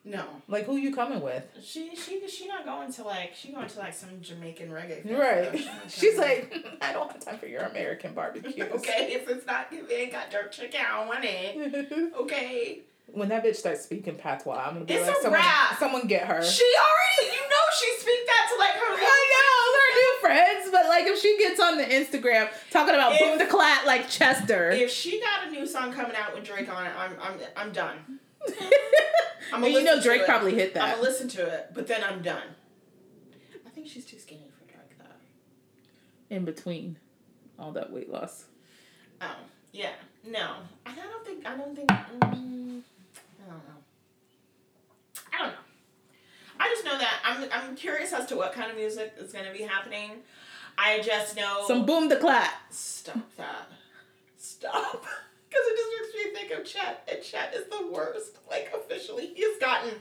no.
Like, who you coming with?
She she she not going to like she going to like some Jamaican reggae. fest, though.
Right.
She not
She's
coming.
like, I don't have time for your American barbecue.
okay, if it's not if it ain't got dirt chicken, I don't want it. Okay.
when that bitch starts speaking patois, I'm gonna be
It's
like,
a
someone,
wrap.
someone get her.
She already, you know, she speak that to like her.
I know they're new friends, but like if she gets on the Instagram talking about
If-
boom the clat like Chester,
If she got a new song coming out with Drake on it, I'm I'm I'm done. I'm
and you know Drake probably hit
I'm
that.
gonna listen to it, but then I'm done. I think she's too skinny for Drake though.
In between all that weight loss,
Oh yeah, no, and I don't think I don't think mm, I don't know. I don't know. I just know that I'm I'm curious as to what kind of music is gonna be happening. I just know
some boom the clat.
Stop that. Stop. Because it just makes me think of Chet, and Chet is the worst. Like, officially, he's gotten.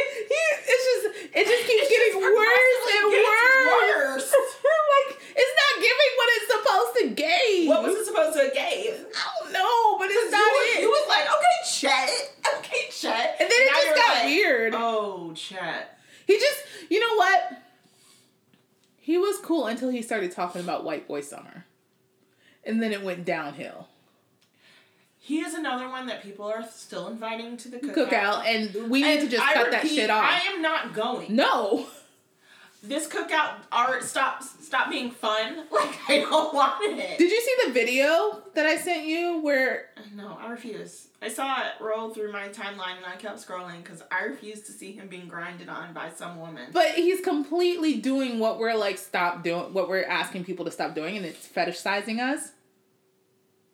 it's just it just keeps
It's
getting
just
worse
progressively
and
getting
worse.
worse.
like it's not giving what it's supposed to give.
What was it supposed to give?
I don't know, but it's
You
not
was,
it.
you was like, okay, Chet. Okay, Chet.
and then it
Now
just
you're
got
like,
weird.
Oh, Chet.
He just, you know what? He was cool until he started talking about White Boy Summer. And then it went downhill.
He is another one that people are still inviting to the cookout.
Cookout, and we need to
And
just
I
cut that
repeat,
shit off.
I am not going.
no.
This cookout art stop stop being fun. Like I don't want it.
Did you see the video that I sent you where
No, I refuse. I saw it roll through my timeline and I kept scrolling because I refuse to see him being grinded on by some woman.
but he's completely doing what we're like stop doing what we're asking people to stop doing and it's fetishizing us?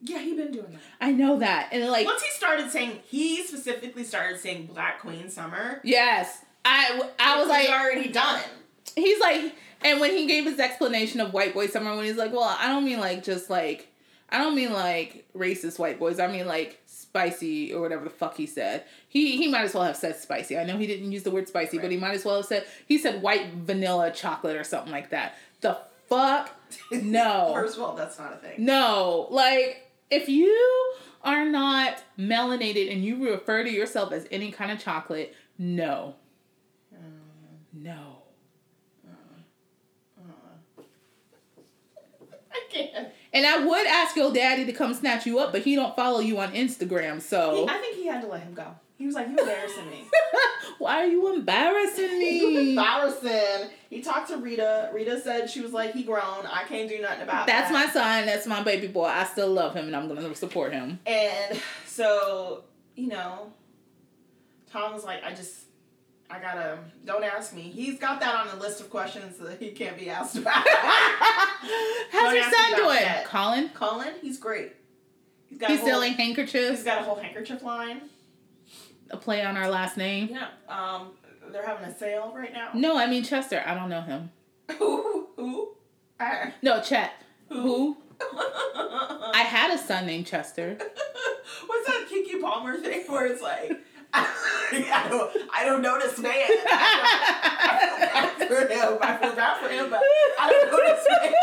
yeah, he been doing that.
I know that. And like
Once he started saying, he specifically started saying Black Queen Summer.
yes. I I was
it
like
already done.
he's like and when he gave his explanation of white boy summer when he's like well i don't mean like just like I don't mean like racist white boys. I mean like spicy or whatever the fuck he said. He he might as well have said spicy. I know he didn't use the word spicy, but he might as well have said he said white vanilla chocolate or something like that. The fuck no.
First of all, that's not a thing.
no. Like if you are not melanated and you refer to yourself as any kind of chocolate, no. No.
I can't.
And I would ask your daddy to come snatch you up, but he don't follow you on Instagram, so
I think he had to let him go. He was like, "You embarrassing me."
why are you embarrassing
You
me?
embarrassing. He talked to Rita. Rita said she was like, "He grown. I can't do nothing about
That's my
that."
son, that's my baby boy. I still love him and I'm gonna support him.
And so, you know, Tom was like, I just, I gotta, don't ask me. He's got that on the list of questions that he can't be asked about.
How's
Don't
your
ask me
son
about
doing?
that.
Colin?
Colin, he's great. He's got a
He's
whole,
selling
He's
handkerchiefs,
got a whole handkerchief line.
a play on our last name.
Yeah. Um, they're having a sale right now.
No, I mean Chester. I don't know him.
Who? Who? I-
No, Chet. Who?
What's
I had a son named Chester.
that Kiki Palmer thing where it's like, I don't, I don't know this man. I feel bad for him. I feel bad for him, but I don't know this man.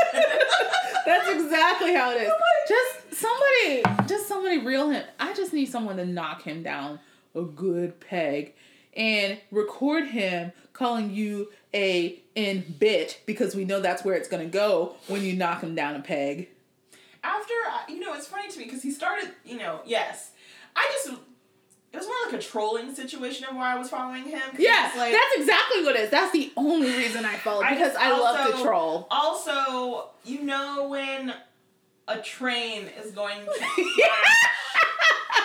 That's exactly how it
Oh
is. Just somebody, just somebody reel him. I just need someone to knock him down a good peg and record him calling you a in bitch because we know that's where it's gonna go when you knock him down a peg.
After, I- you know, it's funny to me because he started, you know, yes. I just, it was more like a trolling situation of why I was following him. 'cause
Yeah,
it's like,
that's exactly what it is. That's the only reason I follow
I
because I love to
also-
troll.
Also, you know when a train is going to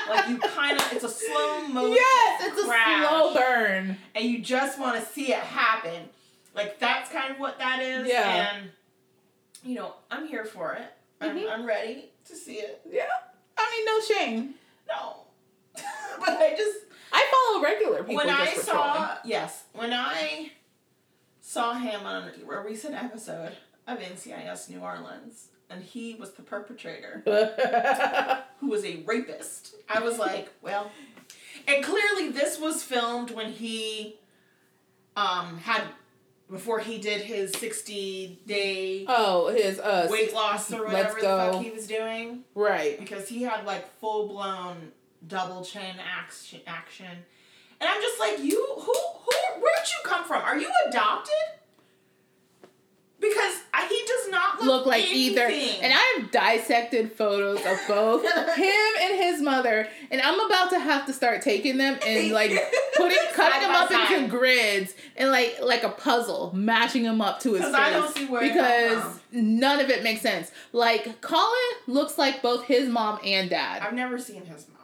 like you kind of it's a slow motion
Yes, it's a
crash,
slow burn.
and you just want to see it happen. Like that's kind of what that is.
Yeah.
And you know, I'm here for it. I'm,
Mhm.
I'm ready to see it.
Yeah, I mean no shame.
No. but I just
I follow regular people.
when I
just for
saw
trolling.
yes, when I saw him on a recent episode of NCIS New Orleans, and he was the perpetrator who was a rapist. I was like, well, and clearly this was filmed when he um had before he did his sixty day
oh, his uh s-
weight loss or
let's
whatever the
go.
fuck he was doing
right.
because he had like full blown double chin action action. And I'm just like, you who who where'd you come from? Are you adopted? Because I, he does not look,
Look like either,
anything.
and I have dissected photos of both him and his mother, and I'm about to have to start taking them and like putting cutting
Side
them
by
up into
side.
grids and like like a puzzle, matching them up to his face
'Cause I don't see where it come
because
from.
none of it makes sense. Like Colin looks like both his mom and dad.
I've never seen his mom.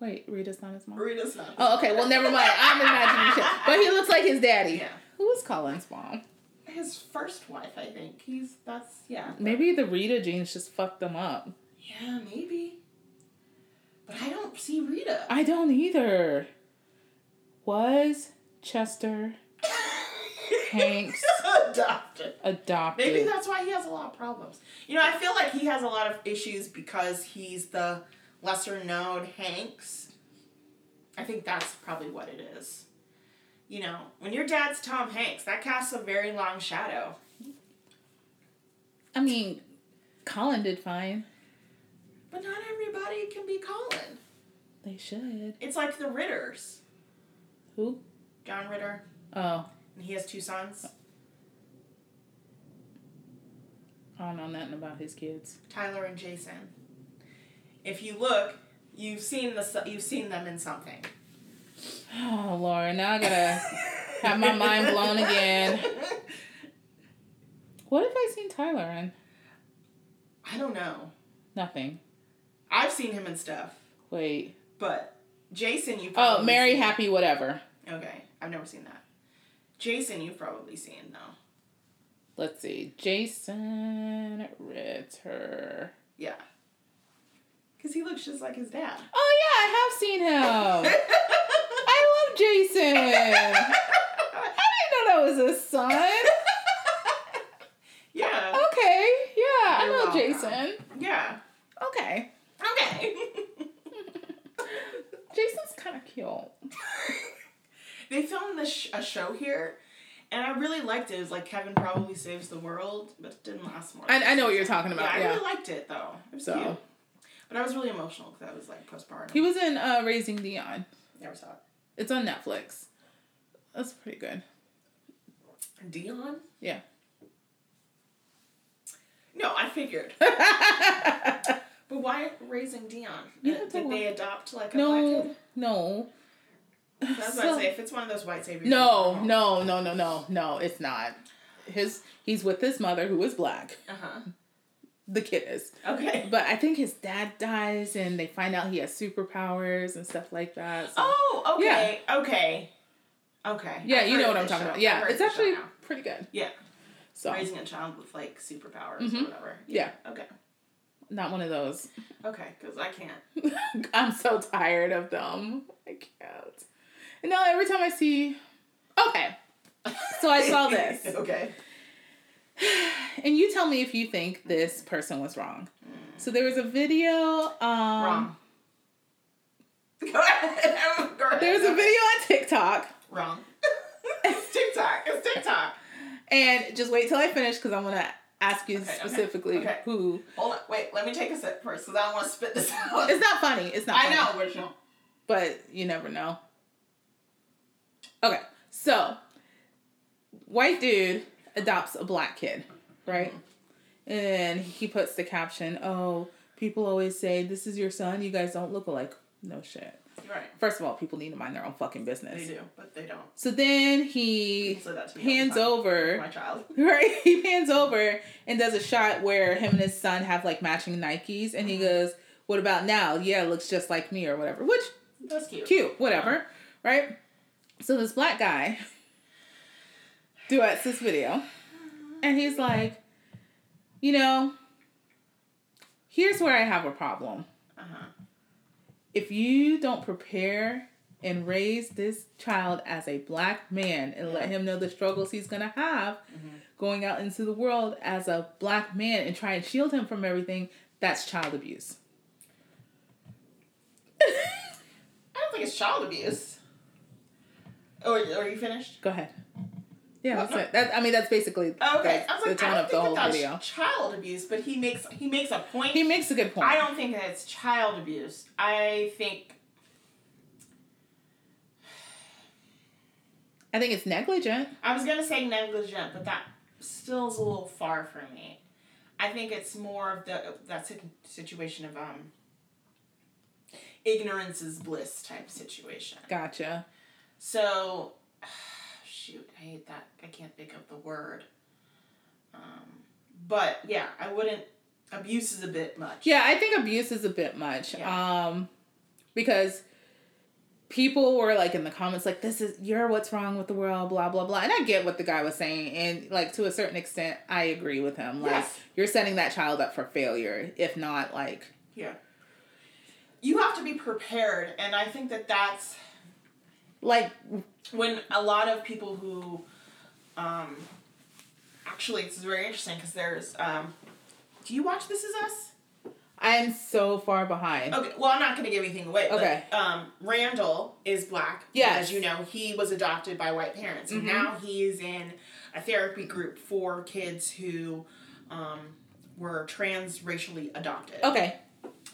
Wait, Rita's not his mom.
Rita's not.
Oh, okay. Well, never mind. I'm imagining shit. But he looks like his daddy.
Yeah.
Who is Colin's mom?
his first wife, I think. He's that's yeah.
Maybe the Rita genes just fucked them up.
Yeah, maybe. But I don't see Rita.
I don't either. Was Chester Hanks
adopted.
adopted?
Maybe that's why he has a lot of problems. You know, I feel like he has a lot of issues because he's the lesser known Hanks. I think that's probably what it is. You know, when your dad's Tom Hanks, that casts a very long shadow.
I mean, Colin did fine.
But not everybody can be Colin.
They should.
It's like the Ritters.
Who?
John Ritter,
Oh,
and he has two sons.
I don't know nothing about his kids.
Tyler and Jason. If you look, you've seen the you've seen them in something.
Oh, Laura, now I gotta have my mind blown again. What have I seen Tyler in?
I don't know.
Nothing.
I've seen him in stuff,
Wait.
but Jason, you.
Oh,
Probably
Mary
seen.
Happy Whatever.
Okay, I've never seen that. Jason, you've probably seen though.
Let's see. Jason Ritter.
Yeah. Cause he looks just like his dad.
Oh yeah, I have seen him. I love Jason. I didn't know that was his son.
yeah.
Okay, yeah, I
You're
know
welcome.
Jason.
Yeah.
Okay.
Okay.
Jason's kind of cute.
they filmed this sh- a show here, and I really liked it. It was like Kevin probably saves the world, but it didn't last more.
I, I know what you're talking about.
yeah, I
Yeah.
really liked it though. It was
So.
cute. But I was really emotional because I was like postpartum.
He was in uh, Raising Dion.
Never saw
It's on Netflix. That's pretty good.
it. Dion?
Yeah.
No, I figured. But why raising Dion?
Yeah,
Uh,
that's a
Did they
lot.
adopt like a black
no,
kid?
no,
That's what I
So-
say. If it's one of those white saviors.
no, no, no, no, no, no. It's not. His he's with his mother who is black.
Uh huh.
The kid is,
Okay.
but I think his dad dies, and they find out he has superpowers and stuff like that. so-
Oh, okay, okay, okay.
yeah,
I've
you know
heard of
what I'm
this
talking
show.
about.
I've
Yeah,
heard
it's
of this show
actually
now.
pretty good.
yeah,
So
raising a child with like superpowers
Mhm.
or whatever.
yeah,
Okay,
not one of those.
okay, because I can't.
I'm so tired of them. I can't. And now every time I see, okay, so I saw this.
okay.
And you tell me if you think this person was wrong. So there was a video. Um,
Wrong. Go ahead. Go ahead.
There was a video on TikTok,
Wrong. it's TikTok. It's TikTok.
and just wait till I finish because I want to ask you
Okay, okay,
specifically
okay.
who.
Hold on. Wait. Let me take a sip first, because I don't want to spit this out.
It's not funny. It's not.
I
funny,
know. Original.
but you never know. Okay, so white dude adopts a black kid, right? And he puts the caption, "Oh, people always say this is your son. You guys don't look alike. No shit."
Right.
First of all, people need to mind their own fucking
They
business.
do, but they don't.
So then he
People say that to me all the
pans
time.
over,
My child.
right? He pans over and does a shot where him and his son have like matching Nikes, and he
Uh-huh.
goes, "What about now? Yeah, looks just like me, or whatever." Which
That's cute.
cute, whatever, right? So this black guy duets this video, and he's like, "You know, here's where I have a problem.
Uh huh.
If you don't prepare." And raise this child as a black man and let him know the struggles he's gonna have going out into the world as a black man and try and shield him from everything, that's child abuse.
I don't think it's child abuse. Oh, are are you finished?
Go ahead. Yeah, that's it. That, I mean, that's basically
Oh, Okay.
the,
I was
the
like,
tone
I don't
of the
think
whole
that that's
video.
child abuse, but he makes he makes a point.
He makes a good point.
I don't think that it's child abuse. I think
I think it's negligent.
I was gonna say negligent, but that still is a little far for me. I think it's more of the that sit- situation of um ignorance is bliss type situation.
Gotcha.
So, shoot, I hate that. I can't think of the word. Um, but yeah, I wouldn't. Abuse is a bit much.
Yeah, I think abuse is a bit much.
Yeah.
Um, because people were like in the comments, like, this is, you're what's wrong with the world, blah, blah, blah. And I get what the guy was saying. And like, to a certain extent, I agree with him. Like,
Yes.
you're setting that child up for failure, if not like,
Yeah. You have to be prepared, and I think that that's
like,
when a lot of people who um actually this is very interesting because there's um do you watch this is us
I am so far behind.
okay well i'm not going to give anything away
Okay.
but, um randall is black
Yes. Mm-hmm.
as you know he was adopted by white parents and now he is in a therapy group for kids who um were trans racially adopted
Okay.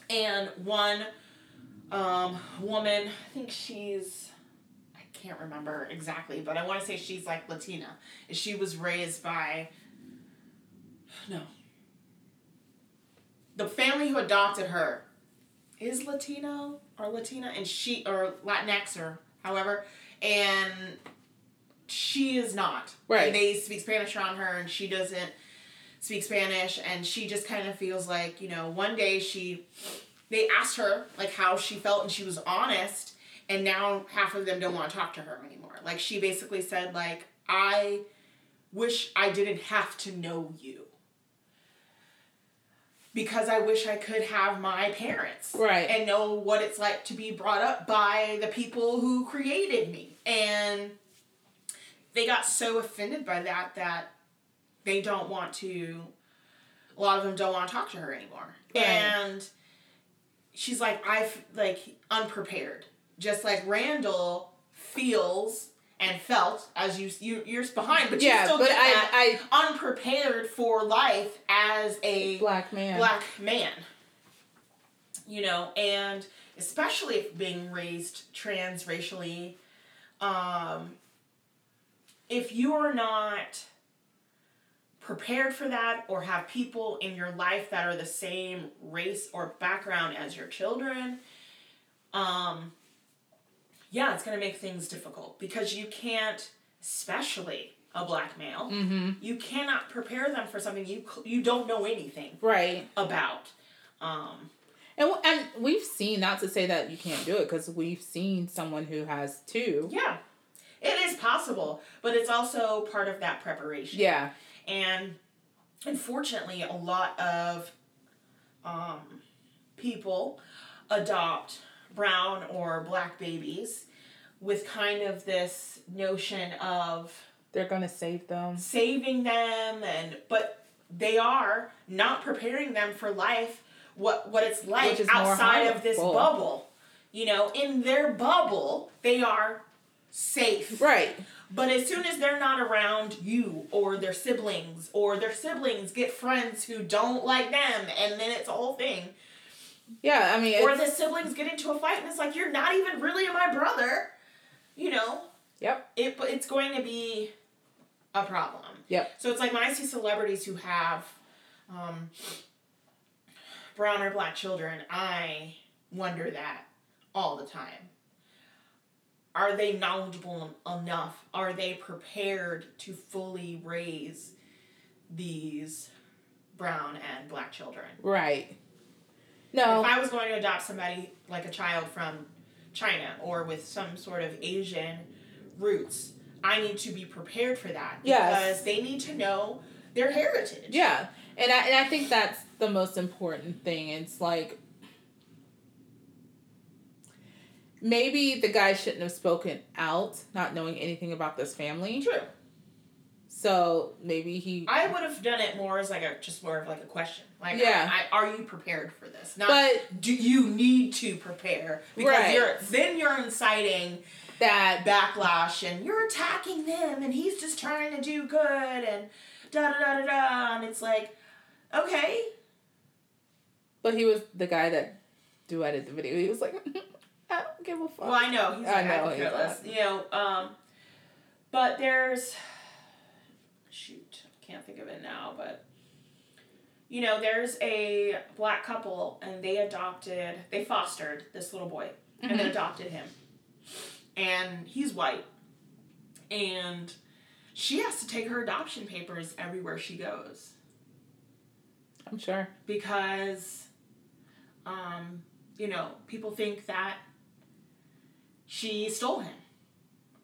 and one um, woman, I think she's, I can't remember exactly, but I want to say she's like Latina. She was raised by, no, the family who adopted her is Latino or Latina, and she, or Latinx or however, and she is not.
Right.
And they speak Spanish around her, and she doesn't speak Spanish, and she just kind of feels like, you know, one day she they asked her like how she felt and she was honest and now half of them don't want to talk to her anymore like she basically said like i wish i didn't have to know you because i wish i could have my parents
Right.
and know what it's like to be brought up by the people who created me and they got so offended by that that they don't want to a lot of them don't want to talk to her anymore.
Right.
And she's like, I f- like unprepared, just like Randall feels and felt as you you you're behind, but you
yeah,
still
but
get that
I,
unprepared for life as
I,
a
black man.
black man. You know, and especially if being raised trans racially, um, if you are not prepared for that or have people in your life that are the same race or background as your children, um, yeah, it's going to make things difficult because you can't, especially a black male,
Mm-hmm.
you cannot prepare them for something you cl- you don't know anything
Right.
about. Um,
And, w- and we've seen, not to say that you can't do it, because we've seen someone who has two.
yeah, it is possible, but it's also part of that preparation.
Yeah.
And unfortunately, a lot of um, people adopt brown or black babies with kind of this notion of
They're going to save them.
saving them and but they are not preparing them for life what what it's like
Which is more
outside of this
harmful.
bubble you know in their bubble they are safe
Right.
but as soon as they're not around you or their siblings or their siblings get friends who don't like them and then it's a whole thing
Yeah, I mean,
or
it's-
the siblings get into a fight and it's like you're not even really my brother you know
Yep.
it but it's going to be a problem
Yep.
so it's like when I see celebrities who have um, brown or black children, I wonder that all the time. Are they knowledgeable en- enough? Are they prepared to fully raise these brown and black children?
Right. No.
If I was going to adopt somebody like a child from China or with some sort of Asian roots, I need to be prepared for that because
Yes.
they need to know their heritage.
yeah. And I, and I think that's the most important thing. It's like maybe the guy shouldn't have spoken out, not knowing anything about this family.
True.
So maybe he.
I would have done it more as like a just more of like a question. Like
Yeah.
I, are you prepared for this? Not
But
do you need to prepare because
Right.
you're then you're inciting
that.
backlash and you're attacking them and he's just trying to do good and da da da da da and it's like okay
But he was the guy that duetted the video. He was like, I don't give a fuck.
Well, I know. He's
I
like, I
know,
could
he's
care less. You know, um, but there's, shoot, can't think of it now, but, you know, there's a black couple and they adopted, they fostered this little boy and they
Mhm.
adopted him. And he's white. And she has to take her adoption papers everywhere she goes
I'm sure.
because um, you know people think that she stole him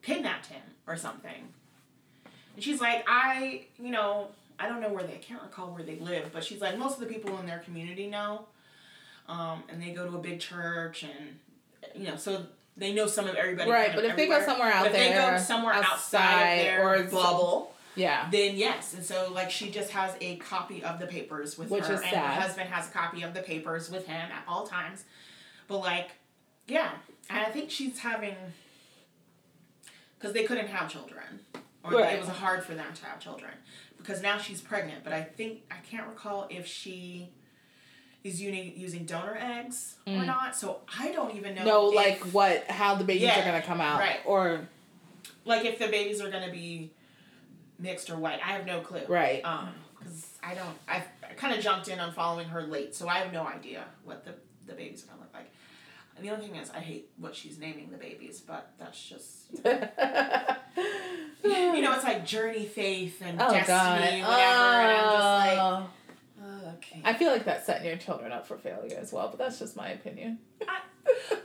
kidnapped him or something and she's like i you know i don't know where they i can't recall where they live but she's like most of the people in their community know um, and they go to a big church and you know so they know some of everybody
Right,
kind of
but if they go
everywhere.
somewhere out
But if they
there,
go somewhere
outside
outside,
or
or
some-
bubble
Yeah.
then yes and so like she just has a copy of the papers with
Which
her
is
and
sad.
her husband has a copy of the papers with him at all times but like yeah and i think she's having because they couldn't have children or
Right.
it was hard for them to have children because now she's pregnant but i think i can't recall if she is uni- using donor eggs or
Mm.
not so i don't even know
No,
if-
like what? How the babies
Yeah,
are gonna come out,
right.
Or
like if the babies are gonna be mixed or white i have no clue
right.
um because i don't i, I kind of jumped in on following her late so i have no idea what the the babies are gonna look like and the other thing is i hate what she's naming the babies but that's just you know it's like journey faith and
Oh
destiny
God!
and whatever and i'm
Oh.
just like okay
I feel like that's setting your children up for failure as well, but that's just my opinion.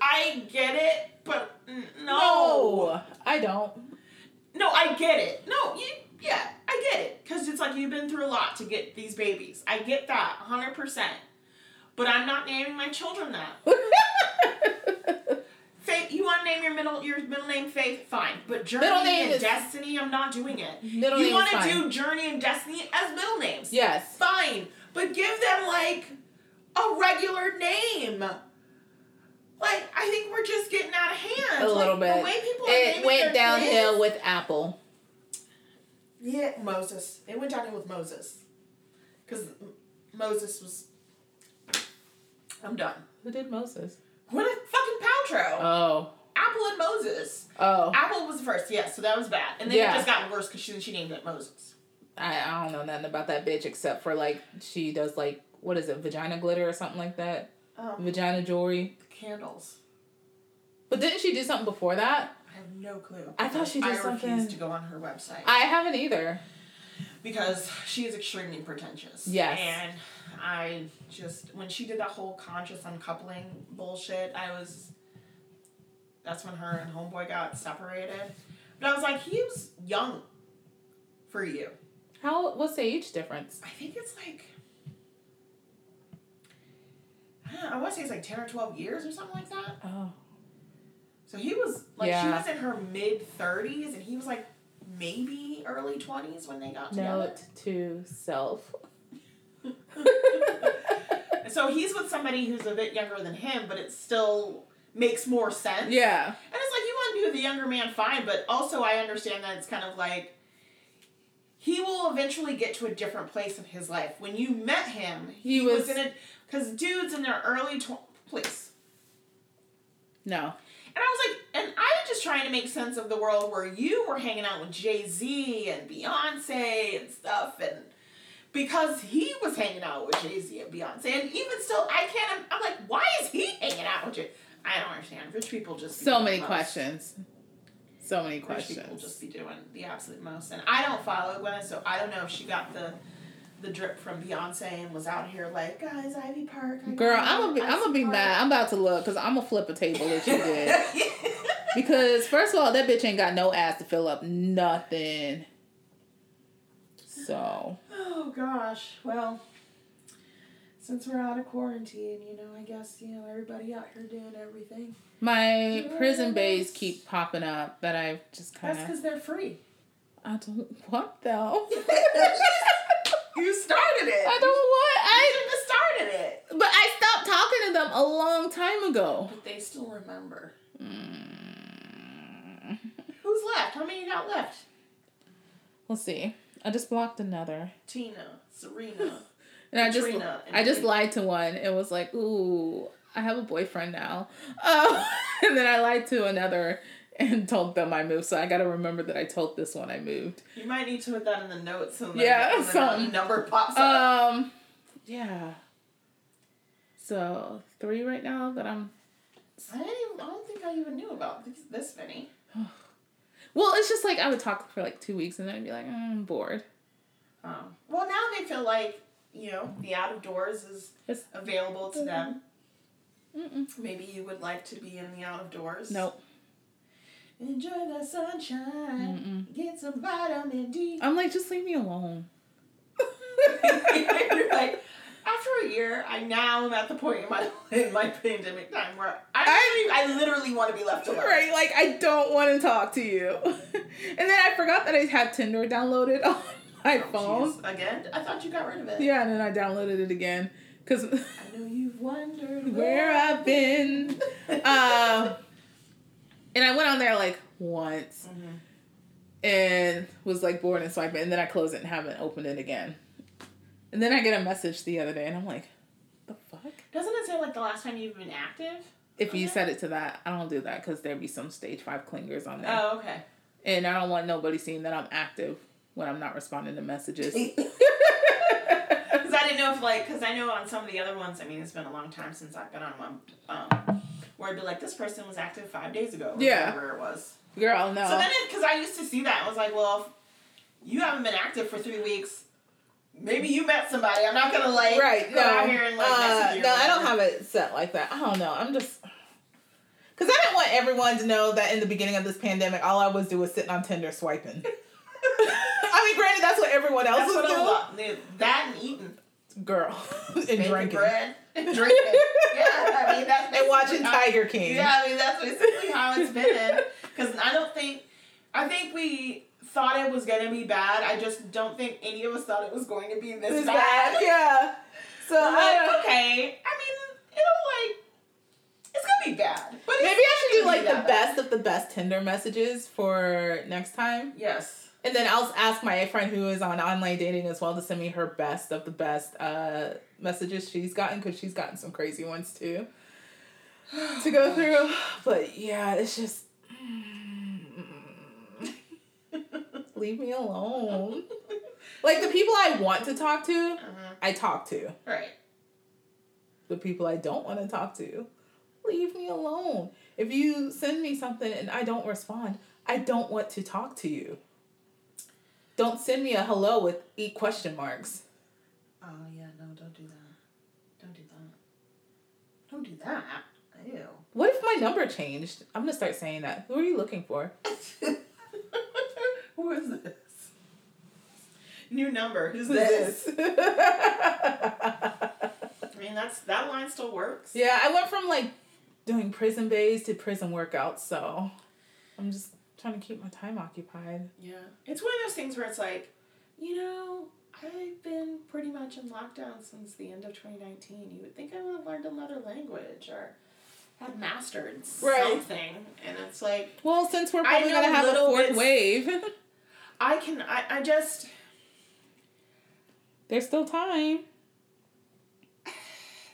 i get it but n- no
No, I don't.
no i get it no you yeah i get it because it's like you've been through a lot to get these babies i get that 100% but i'm not naming my children that Faith, you want to name your middle your middle name Faith? Fine, but Journey
Middle name
and
is-
Destiny, I'm not doing it.
Middle
you
name is
wanna
fine.
do Journey and Destiny as middle names?
yes.
Fine, but give them like a regular name. Like I think we're just getting out of hand.
a
Like,
little bit.
The way people are
it
naming
went
their
downhill
kids-
with Apple.
Yeah, Moses. It went downhill with Moses. Because Moses was. I'm done.
Who did Moses?
What a fucking Paltrow.
Oh,
Apple and Moses.
oh,
Apple was the first, yes, so that was bad. And then
Yeah.
it just got worse because she, she named it Moses.
I, I don't know nothing about that bitch except for like she does like what is it vagina glitter or something like that
Um,
vagina jewelry.
candles.
But didn't she do something before that?
I have no clue.
I thought she did
I
something-
refuse to go on her website
I haven't either.
because she is extremely pretentious.
Yes.
And I just when she did that whole conscious uncoupling bullshit, I was. That's when her and homeboy got separated, but I was like, he was young. For you,
How what's the age difference?
I think it's like. I don't know, I want to say it's like ten or twelve years or something like that.
Oh,
So he was like she
Yeah.
was in her mid thirties and he was like maybe early twenties when they got together.
note to self.
So he's with somebody who's a bit younger than him, but it still makes more sense.
yeah,
And it's like you want to do the younger man fine, but also I understand that it's kind of like he will eventually get to a different place in his life. When you met him,
He
he,
was-
was, in a because dudes in their early tw- place.
no,
And I was like, and I was just trying to make sense of the world where you were hanging out with Jay Z and Beyonce and stuff, and because he was hanging out with Jay Z and Beyonce, and even still, I can't. I'm like, why is he hanging out with Jay? I don't understand. Rich people just be
so
doing
many
the most.
questions. So many
Rich people
questions.
just be doing the absolute most, and I don't follow Gwen, so I don't know if she got the the drip from Beyonce and was out here like, guys, Ivy Park. I
Girl,
got
I'm gonna be,
it, I
I'm gonna be
support
mad. I'm about to look because I'm gonna flip a table that you did.
it."
Because first of all, that bitch ain't got no ass to fill up nothing. So
Oh gosh. Well, since we're out of quarantine, you know, I guess you know everybody out here doing everything.
my prison bays keep popping up that I've just
That's
kind of
because they're free.
I don't want though.
You started it.
I don't want
I
I
shouldn't have started it.
but I stopped talking to them a long time ago.
But they still remember.
Mm.
Who's left? How many got left?
We'll see. I just blocked another.
Tina, Serena.
And I just
Katrina and
I just
Katrina.
lied to one. It was like, ooh, I have a boyfriend now. Um, and then I lied to another and told them I moved. So I got to remember that I told this one I moved.
You might need to put that in the notes and
Yeah,
then
something.
the number pops up.
Um, yeah. So three right now that I'm.
I, didn't even, I don't think I even knew about this, this many.
Well, it's just like I would talk for like two weeks and then I'd be like, "Mm, I'm bored.
Um, well, now they feel like you know the out of doors is
It's-
available to them.
Mm-mm.
Maybe you would like to be in the out of doors.
Nope.
Enjoy the sunshine.
Mm-mm.
Get some vitamin D.
I'm like, just leave me alone.
You're like, after a year, I now am at the point in my in my pandemic time where I I, literally want to be left alone.
Right, like I don't want to talk to you. and then I forgot that I had Tinder downloaded on my
Jeez,
phone.
again. I thought you got rid of it.
Yeah, and then I downloaded it again because
I know you've wondered
where I've been. Um, and I went on there like once
Mhm.
and was like bored and swiping, and then I closed it and haven't opened it again. And then I get a message the other day, and I'm like, the fuck?
Doesn't it say like the last time you've been active?
If you
Okay.
set it to that, I don't do that because there'd be some stage five clingers on there,
Oh, okay.
and I don't want nobody seeing that I'm active when I'm not responding to messages.
Because I didn't know if like, because I know on some of the other ones. I mean, it's been a long time since I've been on one. Um, where I'd be like, this person was active five days ago. Or
Yeah. Uh-huh.
Whatever it was.
Girl, no.
So then, because I used to see that, I was like, well, if you haven't been active for three weeks. Maybe you met somebody. I'm not gonna like
right
go
no
out here and like
uh,
message you
no
or
i don't
whatever.
have it set like that i don't know i'm just because i didn't want everyone to know that in the beginning of this pandemic all i was doing was sitting on tinder swiping i mean granted that's what everyone else
That's
was
what
doing
I love. The- That and eating,
girl and
Baking
drinking
bread, and drinking. yeah, I mean that's
and watching
basically-
tiger king
Yeah, I mean that's basically how it's been. Because I don't think, I think we thought it was gonna be bad. I just don't think any of us thought it was going to be this
It's
bad.
bad. Yeah. So
I'm
I don't,
like, okay. I mean, it'll like it's gonna be bad. But it's
maybe I should do
gonna
like
be
the
that
best of the best Tinder messages for next time.
bad. Yes.
And then I'll ask my friend who is on online dating as well to send me her best of the best uh, messages she's gotten because she's gotten some crazy ones too to go through. But yeah, it's just mm. leave me alone. like the people I want to talk to,
Uh-huh.
I talk to.
Right.
The people I don't want to talk to, leave me alone. If you send me something and I don't respond, I don't want to talk to you. Don't send me a hello with eight question marks.
Oh yeah, no, don't do that. Don't do that. Don't do that. Ew.
What if my number changed? I'm gonna start saying that. Who are you looking for?
Who is this? New number. Who's this?
This.
I mean, that's that line still works.
yeah, I went from like doing prison bays to prison workouts, so I'm just trying to keep my time occupied.
Yeah. It's one of those things where it's like, you know, I've been pretty much in lockdown since the end of 2019. You would think I would have learned another language or had mastered
Right.
something. And it's like,
Well, since we're
I
probably
know
gonna have a
little
fourth
bits-
wave,
I can, I, I just,
there's still time.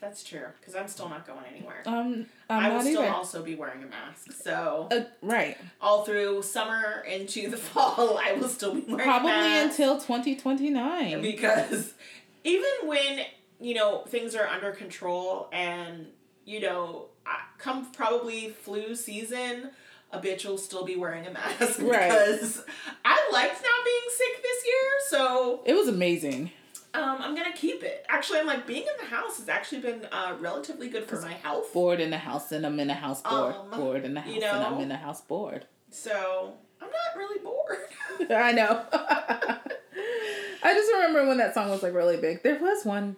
that's true, because I'm still not going anywhere.
Um, I'm
I will
not
still
either.
also be wearing a mask. So,
Uh, right.
all through summer into the fall, I will still be wearing
Probably
a mask.
until 2029.
because even when you know things are under control and you know I- come probably flu season a bitch will still be wearing a mask
Right.
because i liked not being sick this year so
it was amazing.
um, i'm gonna keep it actually i'm like being in the house has actually been uh, relatively good for my health
Bored in the house, and I'm in the house bored.
Um,
bored in the house,
you
and I'm
know?
in the house bored.
so i'm not really bored
I know. I just remember when that song was like really big. There was one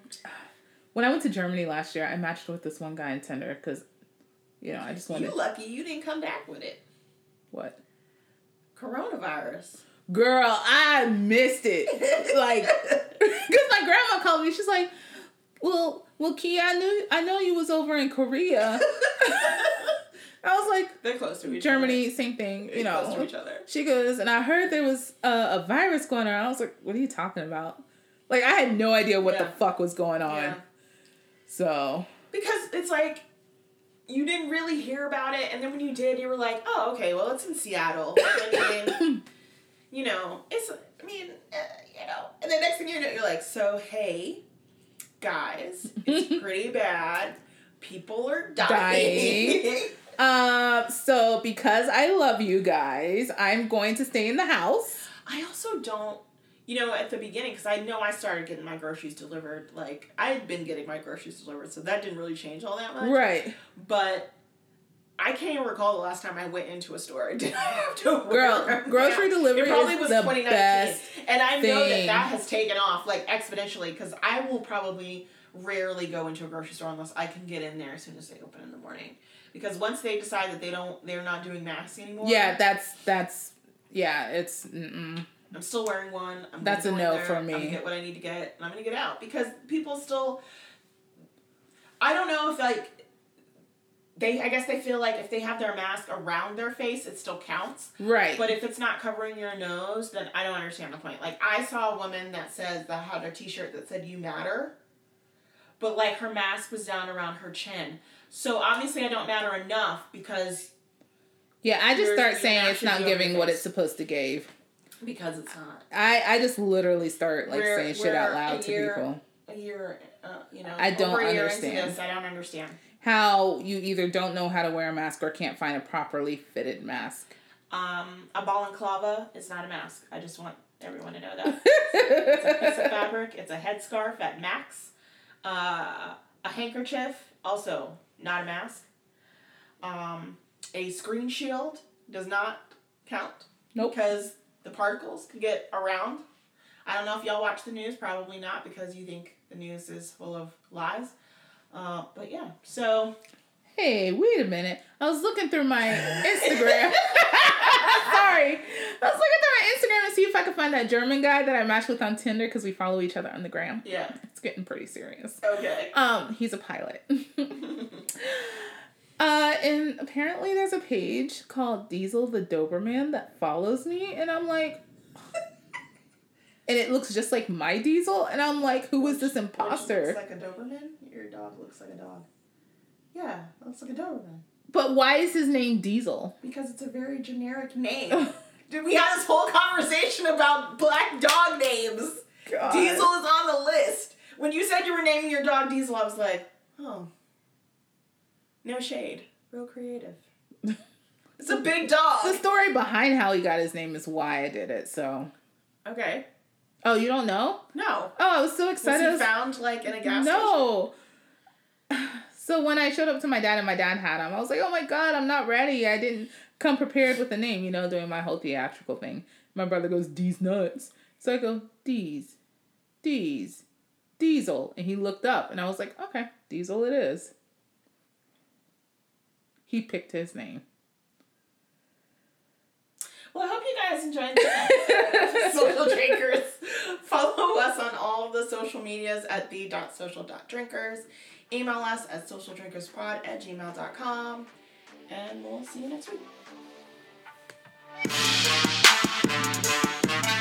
when I went to Germany last year. I matched with this one guy in Tinder because, you know, I just wanted
you lucky you didn't come back with it
what
coronavirus
girl. I missed it. like, because my grandma called me. She's like, "Well, well, Kia, I knew I know you was over in Korea." I was like,
they're close to each
Germany, same thing.
other.
You
They're close to
know,
each other
she goes, and I heard there was a, a virus going on. I was like, what are you talking about? Like, I had no idea what the
Yeah.
fuck was going on.
yeah
So,
Because it's like you didn't really hear about it, and then when you did, you were like, "Oh, okay, well, it's in Seattle." I mean, you know, it's. I mean, uh, you know. And the next thing you know, you're like, "So hey, guys, it's pretty bad. People are dying."
Dying. uh, so because I love you guys, I'm going to stay in the house.
I also don't. You know, at the beginning, because I know I started getting my groceries delivered. Like I had been getting my groceries delivered, so that didn't really change all that much.
Right.
but I can't even recall the last time I went into a store. Did I have to
Girl,
wear a
grocery
mask?
delivery
It probably
is
was
the
2019,
best
and I know that
thing.
that has taken off like exponentially because I will probably rarely go into a grocery store unless I can get in there as soon as they open in the morning. Because once they decide that they don't, they're not doing masks anymore.
Yeah, that's, that's, yeah, it's, mm-mm.
I'm still wearing one. I'm
That's
gonna
a
go in
no
there,
for
I'm
me.
gonna get what I need to get, and I'm gonna get out because people still. I don't know if like. They, I guess they feel like if they have their mask around their face, it still counts.
right.
But if it's not covering your nose, then I don't understand the point. Like I saw a woman that says that had a T-shirt that said "You Matter," but like her mask was down around her chin. So obviously, I don't matter enough because
yeah, I just
Yours
start
being
saying it's
actually
not
over your
giving what
face.
it's supposed to give.
because it's not
I, I just literally start like saying
We're-
shit out
we're
loud
a
to
year-
people.
a year. Uh, you know,
I don't
over a year into
understand.
this, I don't understand.
how you either don't know how to wear a mask or can't find a properly fitted mask.
Um, a balaclava is not a mask. I just want everyone to know that. it's a piece of fabric. It's a headscarf at max. Uh, a handkerchief, also not a mask. Um, a screen shield does not count.
Nope.
Because the particles could get around. I don't know if y'all watch the news. Probably not because you think the news is full of lies. Uh, but yeah, so
Hey, wait a minute. I was looking through my Instagram. Sorry. Let's look at them on Instagram and see if I can find that German guy that I matched with on Tinder because we follow each other on the gram.
Yeah.
It's getting pretty serious.
Okay.
Um, he's a pilot. uh, and apparently there's a page called Diesel the Doberman that follows me, and I'm like, and it looks just like my Diesel, and I'm like, who is this
Which looks
imposter?
like a Doberman. Your dog looks like a dog. Yeah, looks like a Doberman.
But why is his name Diesel?
Because it's a very generic name. Dude, we had this whole conversation about black dog names.
God.
Diesel is on the list. When you said you were naming your dog Diesel, I was like, oh. No shade. Real creative. it's a big
The
dog.
story behind how he got his name is why I did it. So,
Okay.
oh, you don't know?
No.
Oh, I was so
Was
excited. I
he
was-
found like in a gas station?
no. So when I showed up to my dad and my dad had him, I was like, "Oh my god, I'm not ready. I didn't come prepared with the name, you know, doing my whole theatrical thing." My brother goes, "These nuts." So I go, "These, these, Diesel," and he looked up, and I was like, "Okay, Diesel, it is." He picked his name.
Well, I hope you guys enjoyed this episode. Social Drinkers. Follow us on all the social medias at the dot social dot drinkers. Email us at socialdrinkerspod at gmail.com. And we'll see you next week.